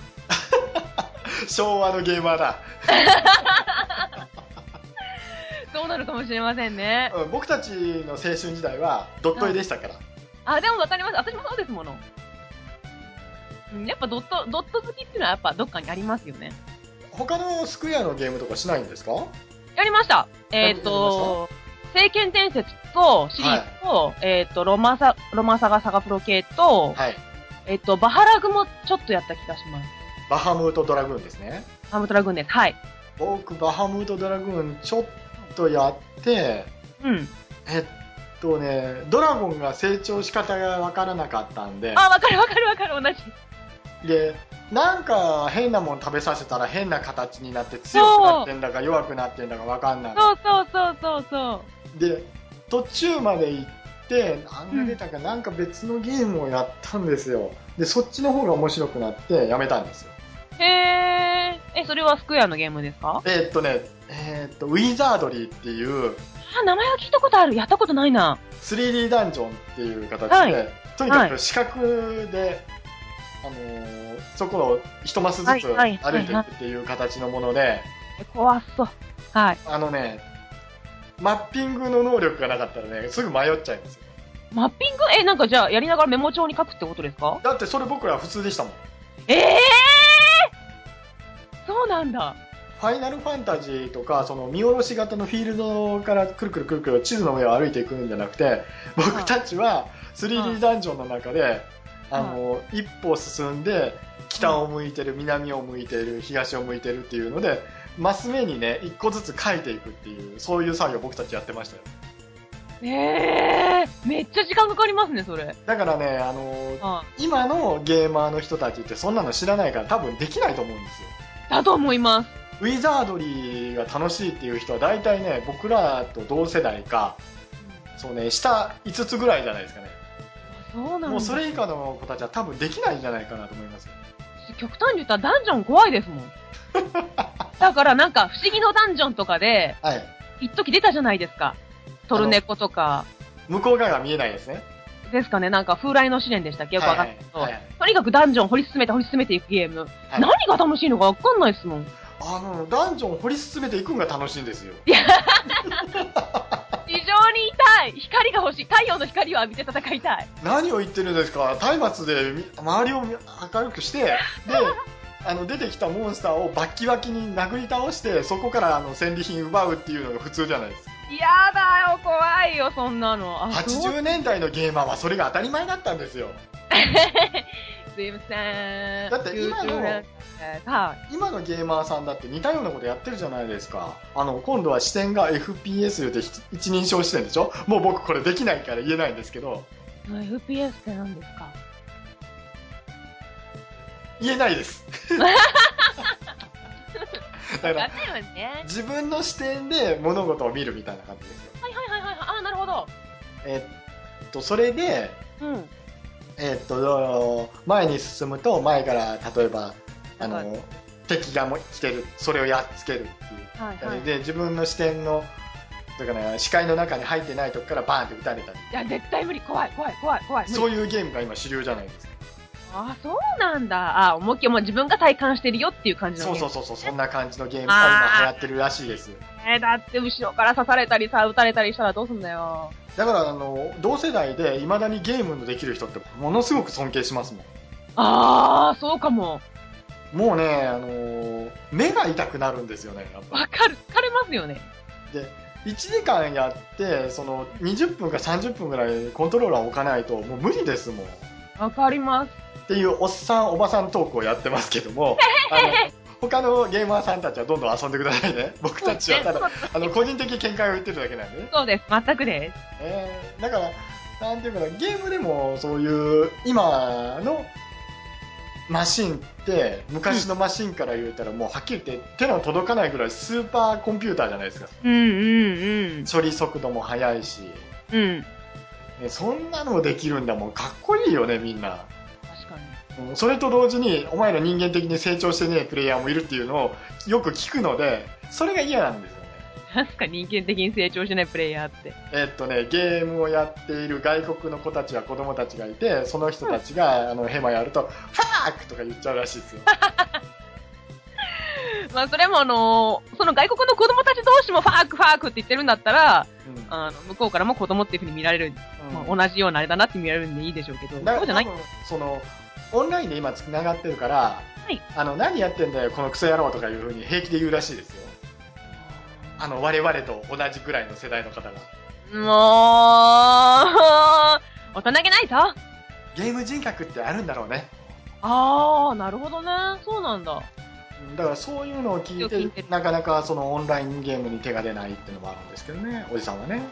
Speaker 1: *laughs*
Speaker 2: す。
Speaker 1: 昭和のゲーマーだ。
Speaker 2: そうなるかもしれませんね。
Speaker 1: うん僕たちの青春時代はドット絵でしたから。
Speaker 2: あ、でもわかります。私もそうですもの。うんやっぱドット、ドット好きっていうのはやっぱどっかにありますよね。
Speaker 1: 他のスクエアのゲームとかしないんですか
Speaker 2: やりました。えっ、と、聖剣伝説とシリーズと、えっ、と、ロマサ、ロマサガサガプロ系と、
Speaker 1: はい。
Speaker 2: えっ、と、バハラグもちょっとやった気がします。
Speaker 1: バハムートドラグーンですね。
Speaker 2: ハムトラグーンです。はい。
Speaker 1: 僕、バハムートドラグーンちょっとやって、
Speaker 2: うん。
Speaker 1: えっとね、ドラゴンが成長し方がわからなかったんで、
Speaker 2: あ、わかるわかるわかる、同じ。
Speaker 1: で、なんか変なもん食べさせたら変な形になって強くなってんだか弱くなってんだかわかんない。
Speaker 2: そうそうそうそうそう。
Speaker 1: で、途中まで行って、何が出たか、なんか別のゲームをやったんですよ。で、そっちの方が面白くなってやめたんですよ。
Speaker 2: へー。え、それはスクエアのゲームですか
Speaker 1: えーっとね、えーっと、ウィザードリーっていう
Speaker 2: あ、名前は聞いたことある。やったことないな。
Speaker 1: 3D ダンジョンっていう形で、
Speaker 2: はい
Speaker 1: とにかく視覚で、あのーそこを一マスずつ
Speaker 2: は
Speaker 1: 歩
Speaker 2: い
Speaker 1: い
Speaker 2: はい
Speaker 1: ていくっていう形のもので、
Speaker 2: え怖っそう。はい。
Speaker 1: あのね、マッピングの能力がなかったらね、すぐ迷っちゃいますよ。
Speaker 2: マッピングえ、なんかじゃあ、やりながらメモ帳に書くってことですか
Speaker 1: だってそれ僕ら普通でしたもん。
Speaker 2: ええー、そうなんだ。
Speaker 1: ファイナルファンタジーとか、その見下ろし型のフィールドからくるくるくるくる地図の上を歩いていくんじゃなくて、僕たちは
Speaker 2: はい
Speaker 1: 3D ダンジョンの中で、あの、一歩進んで、北を向いてる、南を向いてる、東を向いてるっていうので、マス目にね、一個ずつ書いていくっていう、そういう作業僕たちやってましたよ。
Speaker 2: ええー、めっちゃ時間かかりますね、それ。
Speaker 1: だからね、あの、
Speaker 2: あ
Speaker 1: 今のゲーマーの人たちってそんなの知らないから多分できないと思うんですよ。
Speaker 2: だと思います。
Speaker 1: ウィザードリーが楽しいっていう人は大体ね、僕らと同世代か、そうね、下5つぐらいじゃないですかね。
Speaker 2: あそうなんだ。
Speaker 1: もうそれ以下の子たちは多分できないんじゃないかなと思いますよ。
Speaker 2: 極端に言ったらダンジョン怖いですも
Speaker 1: *laughs*
Speaker 2: ん。だからなんか、不思議のダンジョンとかで、
Speaker 1: はい。
Speaker 2: 一時出たじゃないですか。トルネコとか、
Speaker 1: 向こう側が見えないですね。
Speaker 2: ですかね、なんか風来の試練でしたっけよくわかんないけど、
Speaker 1: はいはいはい
Speaker 2: とにかくダンジョン掘り進めて掘り進めていくゲーム。
Speaker 1: はい
Speaker 2: 何が楽しいのかわかんないですもん。
Speaker 1: あの、ダンジョンを掘り進めていくんが楽しいんですよ。
Speaker 2: 非常に痛い光が欲しい太陽の光を浴びて戦いたい
Speaker 1: 何を言ってるんですか松明でみ周りを明るくして、
Speaker 2: *laughs*
Speaker 1: で、あの、出てきたモンスターをバッキバキに殴り倒して、そこからあの、戦利品奪うっていうのが普通じゃないですか。
Speaker 2: 嫌だよ、怖いよ、そんなの。あそう
Speaker 1: 80年代のゲーマーはそれが当たり前だったんですよ。
Speaker 2: すいません。
Speaker 1: だって今の
Speaker 2: 90年代さ
Speaker 1: 今のゲーマーさんだって似たようなことやってるじゃないですか。あの、今度は視点が FPS で一人称視点でしょもう僕これできないから言えないんですけど、
Speaker 2: あ、FPS って何ですか
Speaker 1: 言えない
Speaker 2: *laughs*
Speaker 1: です。だか
Speaker 2: や
Speaker 1: ら、
Speaker 2: ってるよね。
Speaker 1: 自分の視点で物事を見るみたいな感じですよ。
Speaker 2: はいはいはいはい。あ、なるほど。
Speaker 1: えっと、それで、
Speaker 2: うん。
Speaker 1: えっと、前に進むと、前から例えば、あ
Speaker 2: はい
Speaker 1: の、敵がもう来てる。それをやっつけるっていう。
Speaker 2: はいはい。
Speaker 1: で自分の視点のだから、視界の中に入ってないとこからバーンって撃たれたり。
Speaker 2: いや、絶対無理。怖い、怖い、怖い、怖い。無理
Speaker 1: そういうゲームが今主流じゃないですか。
Speaker 2: あ、そうなんだ。あ、思いっきりもう自分が体感してるよっていう感じの
Speaker 1: そう
Speaker 2: ね。
Speaker 1: そうそうそう、そんな感じのゲームが今流行ってるらしいです。
Speaker 2: えーだって後ろから刺されたりさ、撃たれたりしたらどうすんだよ。
Speaker 1: だから、あの、同世代で未だにゲームのできる人ってものすごく尊敬しますもん。
Speaker 2: あー、そうかも。
Speaker 1: もうね、あの目が痛くなるんですよね、やっぱ
Speaker 2: わかる。疲れますよね。
Speaker 1: り。で、1時間やって、その、20分か30分ぐらいコントローラー置かないと、もう無理ですもん。
Speaker 2: わかります。
Speaker 1: っていうおっさんおばさんトークをやってますけどもあの他のゲーマーさんたちはどんどん遊んでくださいね僕たちはただあの個人的見解を言ってるだけなんでね、
Speaker 2: そうです。全くです。
Speaker 1: えーだからなんていうかなゲームでもそういう今のマシンって昔のマシンから言うたらもうはっきり言って手の届かないぐらいスーパーコンピューターじゃないですか
Speaker 2: うんうん
Speaker 1: 処理速度も速いし、
Speaker 2: うん。うん。
Speaker 1: ねそんなのできるんだもんかっこいいよねみんな。
Speaker 2: 確かに。
Speaker 1: うんそれと同時に、お前ら人間的に成長してねえプレイヤーもいるっていうのをよく聞くので、それが嫌なんですよね。
Speaker 2: なんすか人間的に成長しないプレイヤーって。
Speaker 1: えっとね、ゲームをやっている外国の子たちや子供たちがいて、その人たちが、あの、ヘマやると、ファークとか言っちゃうらしいですよ。
Speaker 2: まあそれもあのーその外国の子供たち同士もファークファークって言ってるんだったら、
Speaker 1: うん
Speaker 2: あの、向こうからも子供っていう風に見られる、ま
Speaker 1: うん
Speaker 2: あ、同じようなあれだなって見られるんでいいでしょうけど、
Speaker 1: だ
Speaker 2: そうじゃない
Speaker 1: 多分その、オンラインで今繋がってるから、
Speaker 2: い
Speaker 1: あの、何やってんだよ、このクソ野郎とかいうふうに平気で言うらしいですよ。あの、我々と同じぐらいの世代の方が。
Speaker 2: もう、 *laughs* 大人げないとあ
Speaker 1: ゲーム人格ってあるんだろうね。
Speaker 2: あー、なるほどね。そうなんだ。
Speaker 1: だからそういうのを聞
Speaker 2: よく聞
Speaker 1: い
Speaker 2: い
Speaker 1: て
Speaker 2: て、る
Speaker 1: なかなかそのオンラインゲームに手が出ないっていうのもあるんですけどね、おじさんはね。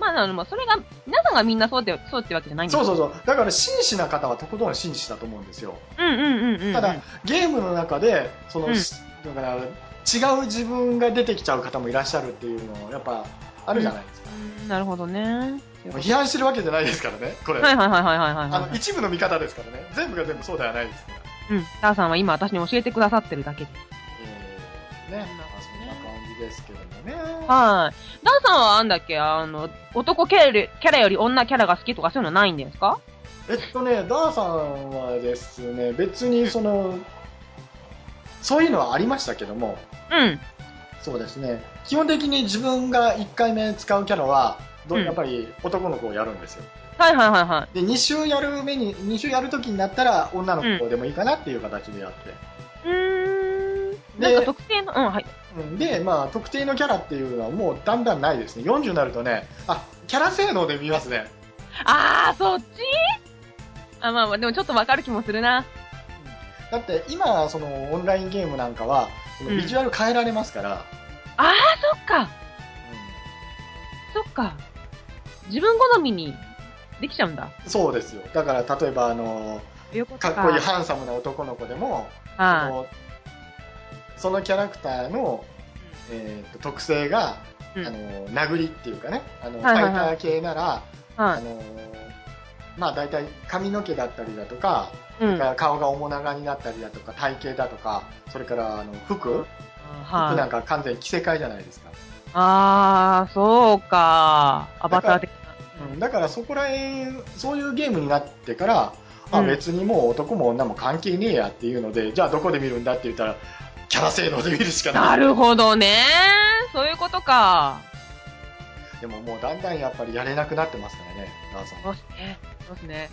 Speaker 2: まあ、あの、まあ、それが、皆さんがみんなそうで、そうってわけじゃないんだ。
Speaker 1: そうそううそう。だから真摯な方はとことん真摯だと思うんですよ。
Speaker 2: うんうんうんうんうん。
Speaker 1: ただ、ゲームの中で、その、
Speaker 2: うん
Speaker 1: だから違う自分が出てきちゃう方もいらっしゃるっていうのをやっぱあるじゃないですか。
Speaker 2: うんなるほどね。
Speaker 1: 批判してるわけじゃないですからね、これ。
Speaker 2: はいはいはいはいはいはい、
Speaker 1: あ
Speaker 2: は
Speaker 1: の、
Speaker 2: い。
Speaker 1: 一部の見方ですからね。全部が全部そうではないですから。
Speaker 2: うん。ターさんは今私に教えてくださってるだけで。
Speaker 1: えーね、
Speaker 2: うん
Speaker 1: まあそんな感じですけどもね。
Speaker 2: はい。ダンさんはあんだっけあの、男キャラキャラより女キャラが好きとかそういうのないんですか
Speaker 1: えっとね、ダーさんはですね、別にその、そういうのはありましたけども、
Speaker 2: うん。
Speaker 1: そうですね、基本的に自分が1回目使うキャラは、ど
Speaker 2: うん
Speaker 1: やっぱり男の子をやるんですよ。
Speaker 2: はいはいはいは
Speaker 1: で、2週やる目に、2週やる時になったら女の子でもいいかなっていう形でやって。
Speaker 2: い。うーん。
Speaker 1: で
Speaker 2: なんか特定の、うん、はい。
Speaker 1: うんで、まあ、特定のキャラっていうのはもうだんだんないですね。40になるとね、あ、キャラ性能で見ますね。
Speaker 2: あー、そっちあ、まあまあ、でもちょっとわかる気もするな。
Speaker 1: だって今、そのオンラインゲームなんかは、その
Speaker 2: うん
Speaker 1: ビジュアル変えられますから、
Speaker 2: あー、そっか。
Speaker 1: うん
Speaker 2: そっか。自分好みにできちゃうんだ。
Speaker 1: そうですよ。だから、例えば、あの、
Speaker 2: よか
Speaker 1: かっこいいハンサムな男の子でも、あ
Speaker 2: は
Speaker 1: のそのキャラクターの、えーと特性が、
Speaker 2: い。うん
Speaker 1: あの、殴りっていうかね、あの、
Speaker 2: はいはいはい
Speaker 1: ファイター系なら、
Speaker 2: は
Speaker 1: あの、まあ、大体髪の毛だったりだとか、
Speaker 2: い。うん。はい。
Speaker 1: 顔が面長になったりだとか、体型だとか、それから、あの、服服なんか完全に着せ替えじゃないですか。
Speaker 2: あー、そうか。アバター的な。
Speaker 1: うん、だからそこら辺、そういうゲームになってから、あ、
Speaker 2: うん
Speaker 1: 別にもう男も女も関係ねえやっていうので、じゃあどこで見るんだって言ったら、キャラ性能で見るしかな。
Speaker 2: ないるほどね。そういうことか。
Speaker 1: でももうだんだんやっぱりやれなくなってますからね、ダーさん。
Speaker 2: そうですね。そうですね。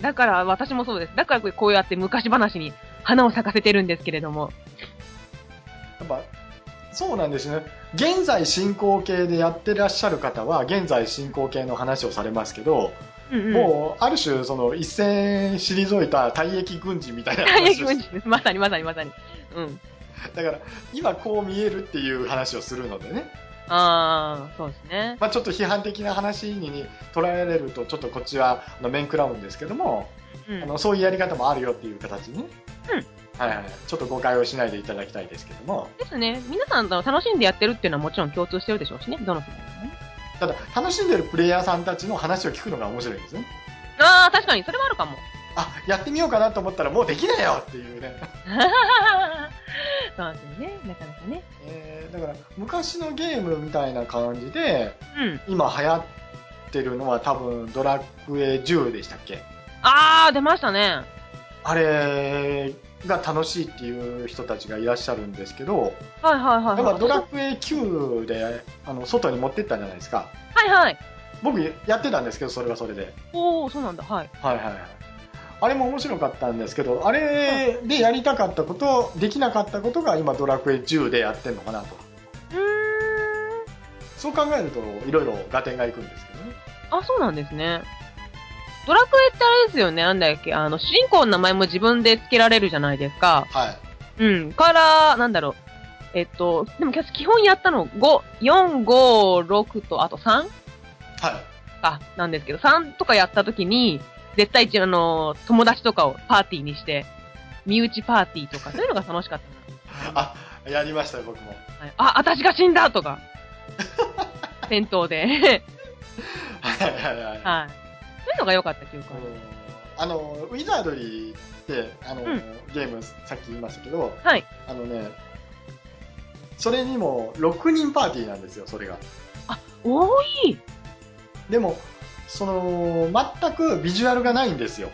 Speaker 2: だから私もそうです。だからこうやって昔話に花を咲かせてるんですけれども。
Speaker 1: やっぱ、そうなんですね。現在進行形でやってらっしゃる方は、現在進行形の話をされますけど、
Speaker 2: うんうん。
Speaker 1: もうある種、その一線退いた退役軍人みたいな
Speaker 2: 大
Speaker 1: 話
Speaker 2: 変
Speaker 1: をして
Speaker 2: です。まさにまさにまさに。うん。
Speaker 1: だから、今こう見えるっていう話をするのでね。
Speaker 2: あー、そうですね。
Speaker 1: まあ、ちょっと批判的な話にに捉えられるとちょっとこっちはあの面食らうんですけども、
Speaker 2: うん
Speaker 1: あ。のそういうやり方もあるよっていう形にね、はいはい、ちょっと誤解をしないでいただきたいですけども
Speaker 2: ですね。皆さんあの楽しんでやってるっていうのはもちろん共通してるでしょうしね。どの世代もね。
Speaker 1: ただ楽しんでるプレイヤーさんたちの話を聞くのが面白いんですね
Speaker 2: あー、確かにそれはあるかも。 *laughs*
Speaker 1: あやってみようかなと思ったらもうできないよっていうね
Speaker 2: そうなんですよね、なかなかね。
Speaker 1: *laughs* えーだから昔のゲームみたいな感じで
Speaker 2: うん。
Speaker 1: 今流行ってるのは多分ドラクエ10でしたっけ
Speaker 2: あー、出ましたね。
Speaker 1: あれが楽しいっていう人たちがいらっしゃるんですけど、
Speaker 2: はいはいはい、
Speaker 1: やっ
Speaker 2: は
Speaker 1: ぱ
Speaker 2: い。
Speaker 1: ドラクエ9であの外に持ってったじゃないですか。
Speaker 2: はいはい。
Speaker 1: 僕やってたんですけど、それはそれで。
Speaker 2: おー、そうなんだ。はい。
Speaker 1: はいはいはい。あれも面白かったんですけど、あれでやりたかったこと、できなかったことが今ドラクエ10でやってんのかなと。
Speaker 2: うーん。
Speaker 1: そう考えると、いろいろ合点がいくんですけどね。
Speaker 2: あ、そうなんですね。ドラクエってあれですよね、なんだっけ、あの、主人公の名前も自分で付けられるじゃないですか。
Speaker 1: はい。
Speaker 2: うん。から、なんだろう。えっと、でも基本やったの5、4、5、6と、あと 3?
Speaker 1: はい。
Speaker 2: か、なんですけど、3とかやった時に、絶対一応あの、友達とかをパーティーにして、身内パーティーとか、そういうのが楽しかったな。
Speaker 1: あ、やりましたよ、僕も。
Speaker 2: はいあ、私が死んだとか。戦闘で。 *laughs*
Speaker 1: はいはいはい。
Speaker 2: はい。そういうのが良かった記憶ある。
Speaker 1: あの、ウィザードリーって、あの、
Speaker 2: うん
Speaker 1: ゲーム、さっき言いましたけど、
Speaker 2: はい。
Speaker 1: あのね、それにも6人パーティーなんですよ、それが。
Speaker 2: 多い
Speaker 1: でも、その、全くビジュアルがないんですよ。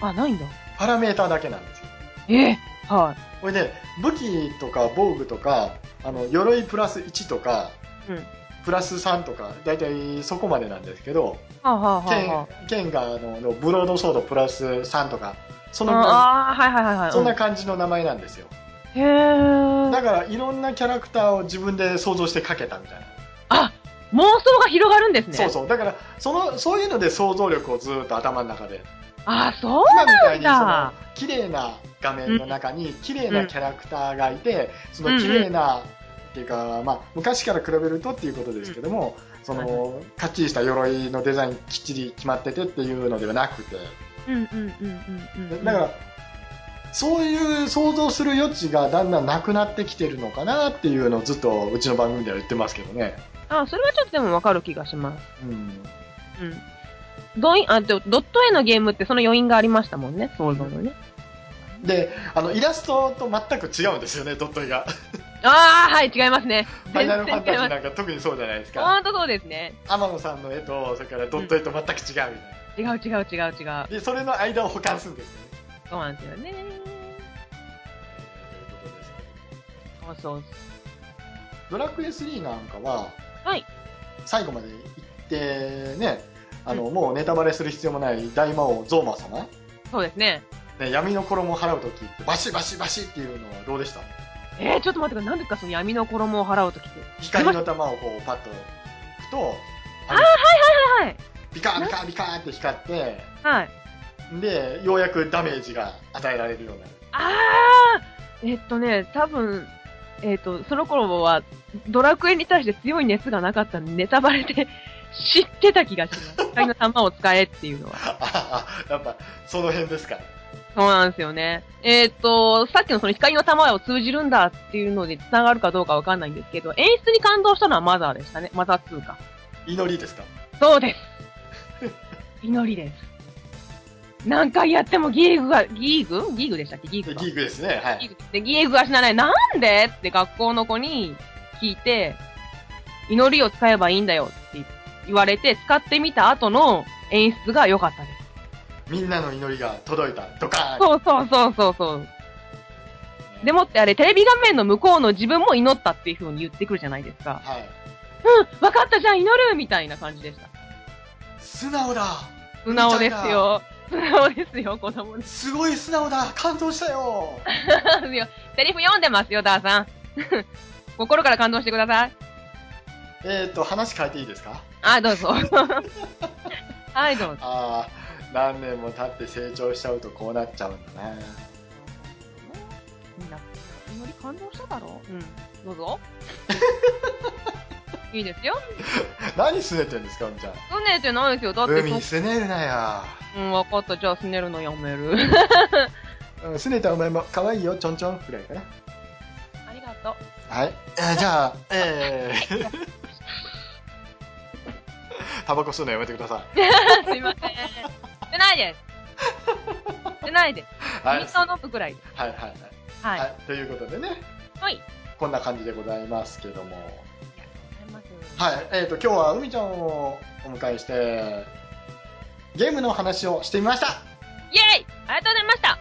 Speaker 2: あ、ないんだ。
Speaker 1: パラメーターだけなんですよ。
Speaker 2: ええは
Speaker 1: これで、武器とか防具とか、あの、鎧プラス1とか、
Speaker 2: い。うん。
Speaker 1: プラス3とか、だいたいそこまでなんですけど、
Speaker 2: はあ、はあはあ
Speaker 1: 剣
Speaker 2: は
Speaker 1: 剣があの、ブロードソードプラス3とか、そのぐら、
Speaker 2: あ、あーはいはいはいはいい。
Speaker 1: そんな感じの名前なんですよ。
Speaker 2: うんへ
Speaker 1: だ
Speaker 2: え。
Speaker 1: からいろんなキャラクターを自分で想像して描けたみたいな。
Speaker 2: あ、妄想が広がるんですね。
Speaker 1: そうそう。だから、その、そういうので想像力をずっと頭の中で。
Speaker 2: あ、そう
Speaker 1: 今みたい
Speaker 2: ん
Speaker 1: に、その
Speaker 2: だ、
Speaker 1: 綺麗な画面の中に、綺麗なキャラクターがいて、その綺麗な、っていうか、まあ、昔から比べるとっていうことですけども、その、かっちりした鎧のデザインきっちり決まっててっていうのではなくて、
Speaker 2: うんうんうんうんうん。
Speaker 1: だから、そういう想像する余地がだんだんなくなってきてるのかなっていうのをずっとうちの番組では言ってますけどね。
Speaker 2: あ、それはちょっとでもわかる気がします。
Speaker 1: うん。
Speaker 2: うん。ドイン、あ、でドット絵のゲームってその余韻がありましたもんね、そういうのね。
Speaker 1: で、あの、イラストと全く違うんですよね、ドット絵が。
Speaker 2: ああ、はい、違いますね。
Speaker 1: ファイ
Speaker 2: 全
Speaker 1: ナ
Speaker 2: 然
Speaker 1: ルファンタジ
Speaker 2: 違い
Speaker 1: ー
Speaker 2: ます。
Speaker 1: なんか特にそうじゃないですか。
Speaker 2: ほんとそうですね。
Speaker 1: 天野さんの絵と、それからドット絵と全く違うみたいな。
Speaker 2: 違う違う違う違う。
Speaker 1: で、それの間を補完するんですよね。
Speaker 2: そうなんですよね。
Speaker 1: ということですけど
Speaker 2: そうそう。
Speaker 1: ドラクエ3なんかは、
Speaker 2: はい
Speaker 1: 最後まで行って、ね、あの、もうネタバレする必要もない大魔王ゾーマ様。
Speaker 2: そうですね。
Speaker 1: ね、闇の衣を払うときって、バシバシバシっていうのはどうでした
Speaker 2: えー、ちょっと待ってください。何ですか、その闇の衣を払うときって。
Speaker 1: 光の玉をこう、パッと置くと、あの
Speaker 2: はい。
Speaker 1: ビカービカービカーって光って、
Speaker 2: はい。
Speaker 1: で、ようやくダメージが与えられるようになる。 *laughs*
Speaker 2: ああえっとね、多分、えっと、その頃は、ドラクエに対して強い熱がなかったんで、ネタバレで *laughs* 知ってた気がします。光の玉を使えっていうのは。
Speaker 1: ああ、やっぱ、その辺ですか。
Speaker 2: そうなんですよね。えっと、さっきのその光の玉を通じるんだっていうので繋がるかどうかわかんないんですけど、演出に感動したのはマザーでしたね。マザー2か。
Speaker 1: 祈りですか。
Speaker 2: そうです。祈りです。何回やってもギーグが、ギーグギーグでしたっけギー
Speaker 1: で
Speaker 2: グか
Speaker 1: ギークですね。は
Speaker 2: ギー
Speaker 1: い。
Speaker 2: グでギーグが死なない。なんでって学校の子に聞いて、祈りを使えばいいんだよって言われて、使ってみた後の演出が良かったです。
Speaker 1: みんなの祈りが届いた。ドカーン
Speaker 2: そうそうそうそうそう。でもってあれ、テレビ画面の向こうの自分も祈ったっていう風に言ってくるじゃないですか。
Speaker 1: はい。
Speaker 2: うん、わかったじゃん、祈るみたいな感じでした。
Speaker 1: 素直だ
Speaker 2: 素直ですよ。素直ですよ、子供です
Speaker 1: ごい素直だ感動したよ *laughs*
Speaker 2: すよ。セリフ読んでますよ、ダーさん。 *laughs* 心から感動してください。
Speaker 1: えっと、話変えていいですか
Speaker 2: あ、どうぞ。はい、どうぞ。
Speaker 1: ああ、何年も経って成長しちゃうとこうなっちゃうんだな。
Speaker 2: みんな、祈り感動しただろうん。どうぞ。 *laughs* いいですよ。
Speaker 1: 何すねてんですか、おみちゃん。
Speaker 2: すねてないですよ。だって
Speaker 1: 海、すねるなよ。
Speaker 2: うん、わかった。じゃあ、すねるのやめ *laughs* る。
Speaker 1: うんすねたお前も可愛いよ、ちょんちょんくらいかな。
Speaker 2: ありがとう。 *laughs*
Speaker 1: はい。えーじゃあ、えー、 *laughs* タバコ吸うのやめてくださ
Speaker 2: すいません。してないです。してないです。
Speaker 1: い。はい。
Speaker 2: 水を飲むくらいで
Speaker 1: はいはいはい。
Speaker 2: はい。
Speaker 1: はい、ということでね、
Speaker 2: はい。い
Speaker 1: こんな感じでございますけども。
Speaker 2: やありがとうございます。
Speaker 1: はい、えっ、と、今日は海ちゃんをお迎えして、ゲームの話をしてみました
Speaker 2: イェイありがとうございました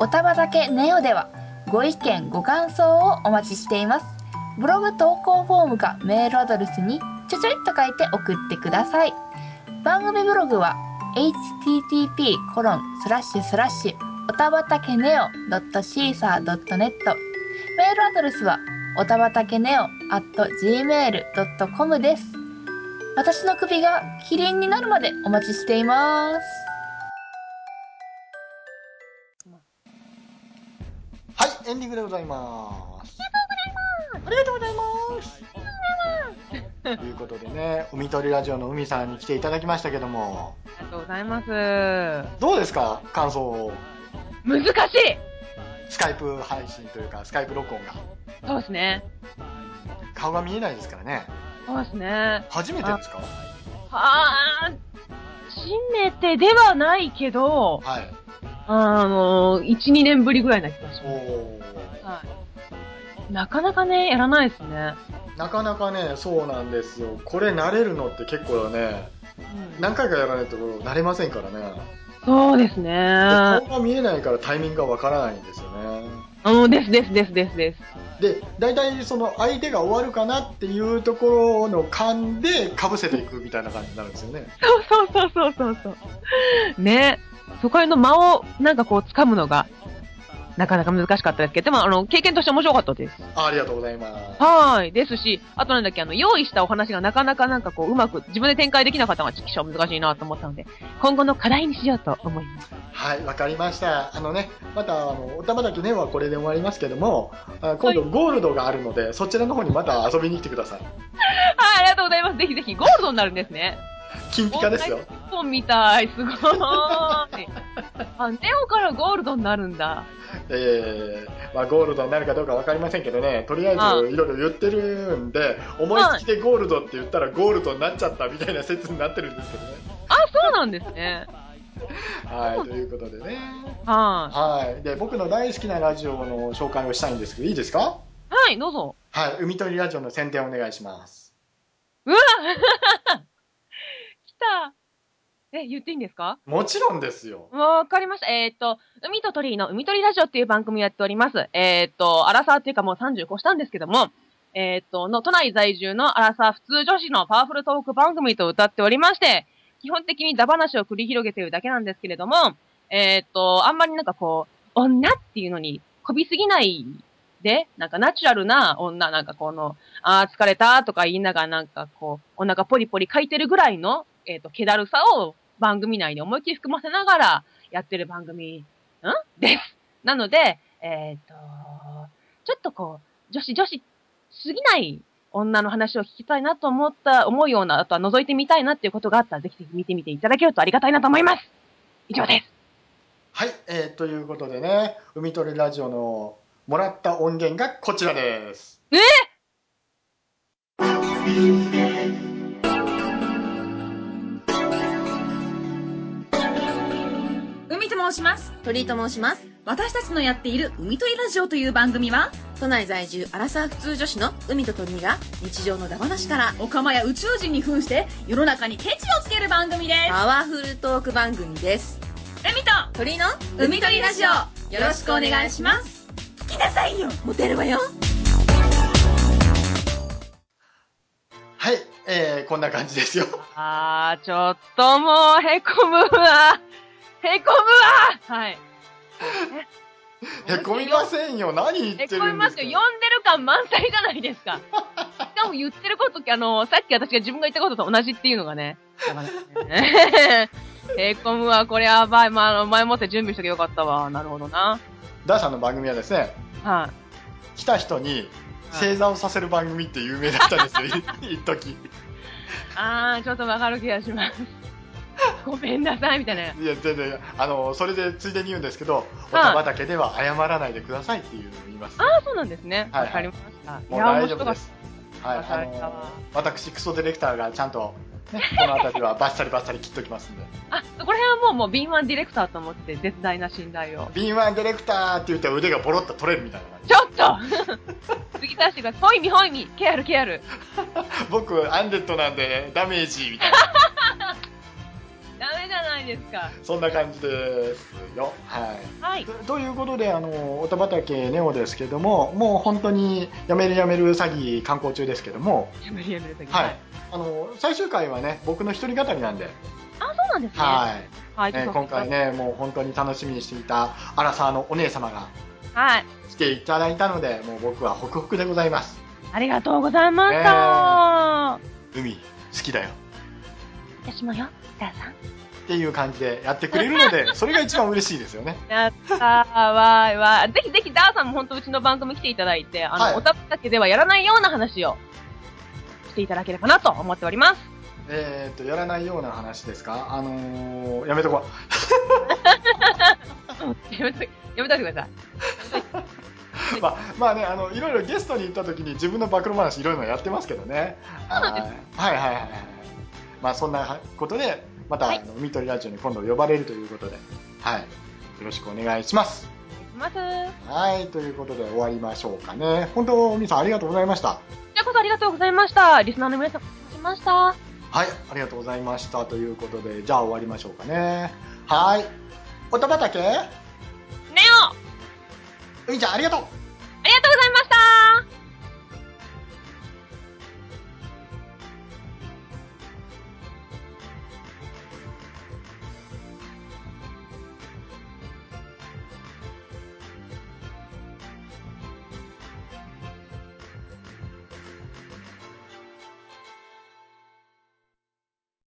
Speaker 7: おたまだけネオではご意見ご感想をお待ちしていますブログ投稿フォームかメールアドレスにちょちょいっと書いて送ってください番組ブログは http コロンスラッシュスラッシュおたばたけねお .caesar.net メールアドレスはおたばたけねお .gmail.com です私の首がキリンになるまでお待ちしています
Speaker 1: はい、エンディングでございます。ありがとうございます。ありがとうございます。ということでね、海鳥ラジオの海さんに来ていただきましたけども、
Speaker 2: ありがとうございます。難
Speaker 1: どうですか感想を。
Speaker 2: しい
Speaker 1: スカイプ配信というか、スカイプ録音が。
Speaker 2: そうですね。
Speaker 1: 顔が見えないですからね。
Speaker 2: そうですね。
Speaker 1: 初めてですか
Speaker 2: あー、初めてではないけど、
Speaker 1: はい。
Speaker 2: あの、1、2年ぶりぐらいな気がし
Speaker 1: お
Speaker 2: ま
Speaker 1: ー
Speaker 2: す。はい。なかなかね、やらないですね。
Speaker 1: なかなかね、そうなんですよ。これ慣れるのって結構ね、何回かやらないと慣れませんからね。
Speaker 2: そうです
Speaker 1: で
Speaker 2: ね。
Speaker 1: 顔が見えないからタイミングがわからないんですよね。
Speaker 2: うん、ですですですですです。
Speaker 1: で、大体その相手が終わるかなっていうところの勘で被せていくみたいな感じになるんですよね。
Speaker 2: そうそうそうそうそうそう。ね。そこへの間をなんかこう掴むのが、なかなか難しかったですけど、でもあの、経験として面白かったです。
Speaker 1: あありがとうございます。
Speaker 2: はーい。ですし、あとなんだっけ、あの、用意したお話がなかなかなんかこう、うまく、自分で展開できなかったのが、ちきしょう難しいなと思ったので、今後の課題にしようと思います。
Speaker 1: はい、わかりました。あのね、また、あの、お玉だけねはこれで終わりますけども、あ今度ゴールドがあるので、そちらの方にまた遊びに来てください。
Speaker 2: はい、ありがとうございます。ぜひぜひ、ゴールドになるんですね。
Speaker 1: 金ピカですよ
Speaker 2: ゴー。ルド一本みたい。すごーい。あ、ネオからゴールドになるんだ。
Speaker 1: えー、まあゴールドになるかどうかわかりませんけどね、とりあえ
Speaker 2: ああ
Speaker 1: ずいろいろ言ってるんで、思いつきでゴールドって言ったらゴールドになっちゃったみたいな説になってるんですけどね。
Speaker 2: あ、そうなんですね。
Speaker 1: はい、ということでね。
Speaker 2: は
Speaker 1: はい。で、僕の大好きなラジオの紹介をしたいんですけど、いいですか
Speaker 2: い。はい、どうぞ。
Speaker 1: はい、海鳥ラジオの宣伝お願いします。
Speaker 2: うわ来たえ、言っていいんですか
Speaker 1: もちろんですよ。
Speaker 2: わかりました。えっ、と、海と鳥居の海鳥ラジオっていう番組をやっております。えっ、と、アラサーっていうかもう30越したんですけども、えっ、と、の、都内在住のアラサー普通女子のパワフルトーク番組と歌っておりまして、基本的にダバなしを繰り広げているだけなんですけれども、えっ、と、あんまりなんかこう、女っていうのにこびすぎないで、なんかナチュラルな女、なんかこの、あー疲れたとか言いながらなんかこう、お腹ポリポリかいてるぐらいの、えっ、と、気だるさを番組内に思いっきり含ませながら、やってる番組、んです。なので、えっ、と、ちょっとこう、女子女子すぎない女の話を聞きたいなと思った、思うような、あとは覗いてみたいなっていうことがあったら、ぜひぜひ見てみていただけるとありがたいなと思います。以上です。
Speaker 1: はい、えーということでね、海鳥ラジオのもらった音源がこちらです。
Speaker 2: え
Speaker 8: 海と申します
Speaker 9: 鳥居と申します
Speaker 8: 私たちのやっている海鳥ラジオという番組は
Speaker 9: 都内在住アラサー普通女子の海と鳥居が日常のダマなしから
Speaker 8: オカマや宇宙人に扮して世の中にケチをつける番組で
Speaker 9: パワフルトーク番組です
Speaker 8: す海と
Speaker 9: 鳥居の
Speaker 8: 海鳥ラジオよろしくお願いします聞きなさいよ
Speaker 9: モテるわよ
Speaker 1: はい、えー、こんな感じですよ。
Speaker 2: あー、ちょっともう、へこむわ。へこむわ。はい。
Speaker 1: へこみませんよ。何言っ
Speaker 2: え、
Speaker 1: て
Speaker 2: 聞
Speaker 1: るんですか
Speaker 2: こえますよ。呼んでる感満載じゃないですか。しかも言ってること、あの、さっき私が自分が言ったことと同じっていうのがね。だからねへこむわ、これやばい。まああの、前もって準備しとけばよかったわ。なるほどな。
Speaker 1: ダーさんの番組はですね、
Speaker 2: は
Speaker 1: 来た人に正座をさせる番組って有名だったんです
Speaker 2: *laughs*
Speaker 1: よ、一時
Speaker 2: い。あー、ちょっとわかる気がします。ごめんなさい、みたいな。
Speaker 1: いや、全然、あの、それでついでに言うんですけど、お玉だけでは謝らないでくださいっていう言います。
Speaker 2: あー、そうなんですね。
Speaker 1: はいはい
Speaker 2: わかりました。
Speaker 1: もう
Speaker 2: いや
Speaker 1: 大
Speaker 2: 面
Speaker 1: 丈
Speaker 2: 白
Speaker 1: 夫
Speaker 2: かっ
Speaker 1: です。はい、
Speaker 2: わか
Speaker 1: あ
Speaker 2: るか
Speaker 1: の私クソディレクターがちゃんと、ね、この辺りはバッサリバッサリ切っときますんで
Speaker 2: あ、そこら辺はもう、もう敏腕ディレクターと思って、絶大な信頼を。
Speaker 1: 敏腕ディレクターって言って腕がボロッと取れるみたいな感じ
Speaker 2: ちょ
Speaker 1: *laughs*
Speaker 2: っと次出してください。ほいみほいみケアルケアル
Speaker 1: 僕アンデッドなんでダメージみたいな
Speaker 2: ダメじゃないですか。
Speaker 1: そんな感じですよはい
Speaker 2: はい。
Speaker 1: とということで、あの、おたばたけネオですけども、もう本当にやめるやめる詐欺観光中ですけども、
Speaker 2: やめるやめるだけ。
Speaker 1: はい。。あの、最終回はね、僕の一人語りなんで、
Speaker 2: あ、そうなんですね。
Speaker 1: はい。
Speaker 2: はい。
Speaker 1: ね、今回。ね、もう本当に楽しみにしていたアラサーのお姉様が
Speaker 2: はい。
Speaker 1: 来ていただいたので、もう僕はホクホクでございます。
Speaker 2: ありがとうございました。
Speaker 1: 海、好きだよ。
Speaker 2: 私もよ、じゃあさん。
Speaker 1: っていう感じでやってくれるの *laughs* で、それが一番嬉しいですよね。
Speaker 2: やったー、わーいわー。ぜひぜひ、ダーさんも本当うちの番組来ていただいて、あの、
Speaker 1: はい
Speaker 2: おたぶだけではやらないような話をしていただければなと思っております。
Speaker 1: えーっと、やらないような話ですかあのー、やめとこう。
Speaker 2: *laughs* やめと、やめといてください。
Speaker 1: まあ、まあね、あの、いろいろゲストに行った時に自分の暴露話いろいろやってますけどね。
Speaker 2: そうなんです
Speaker 1: はいはいはいはい。まあ、そんなことで、また、
Speaker 2: はい
Speaker 1: あの、海鳥ラジオに今度呼ばれるということで、はい。よろしくお願いします。
Speaker 2: お願いします。
Speaker 1: はい、ということで終わりましょうかね。本当、海さんありがとうございました。
Speaker 2: こちらこそありがとうございました。リスナーの皆さん、お待たせしました。
Speaker 1: はい、ありがとうございました。ということで、じゃあ終わりましょうかね。はい。おたばたけ、
Speaker 2: ネオあ
Speaker 1: 海ちゃんありがとう
Speaker 2: りがとうございました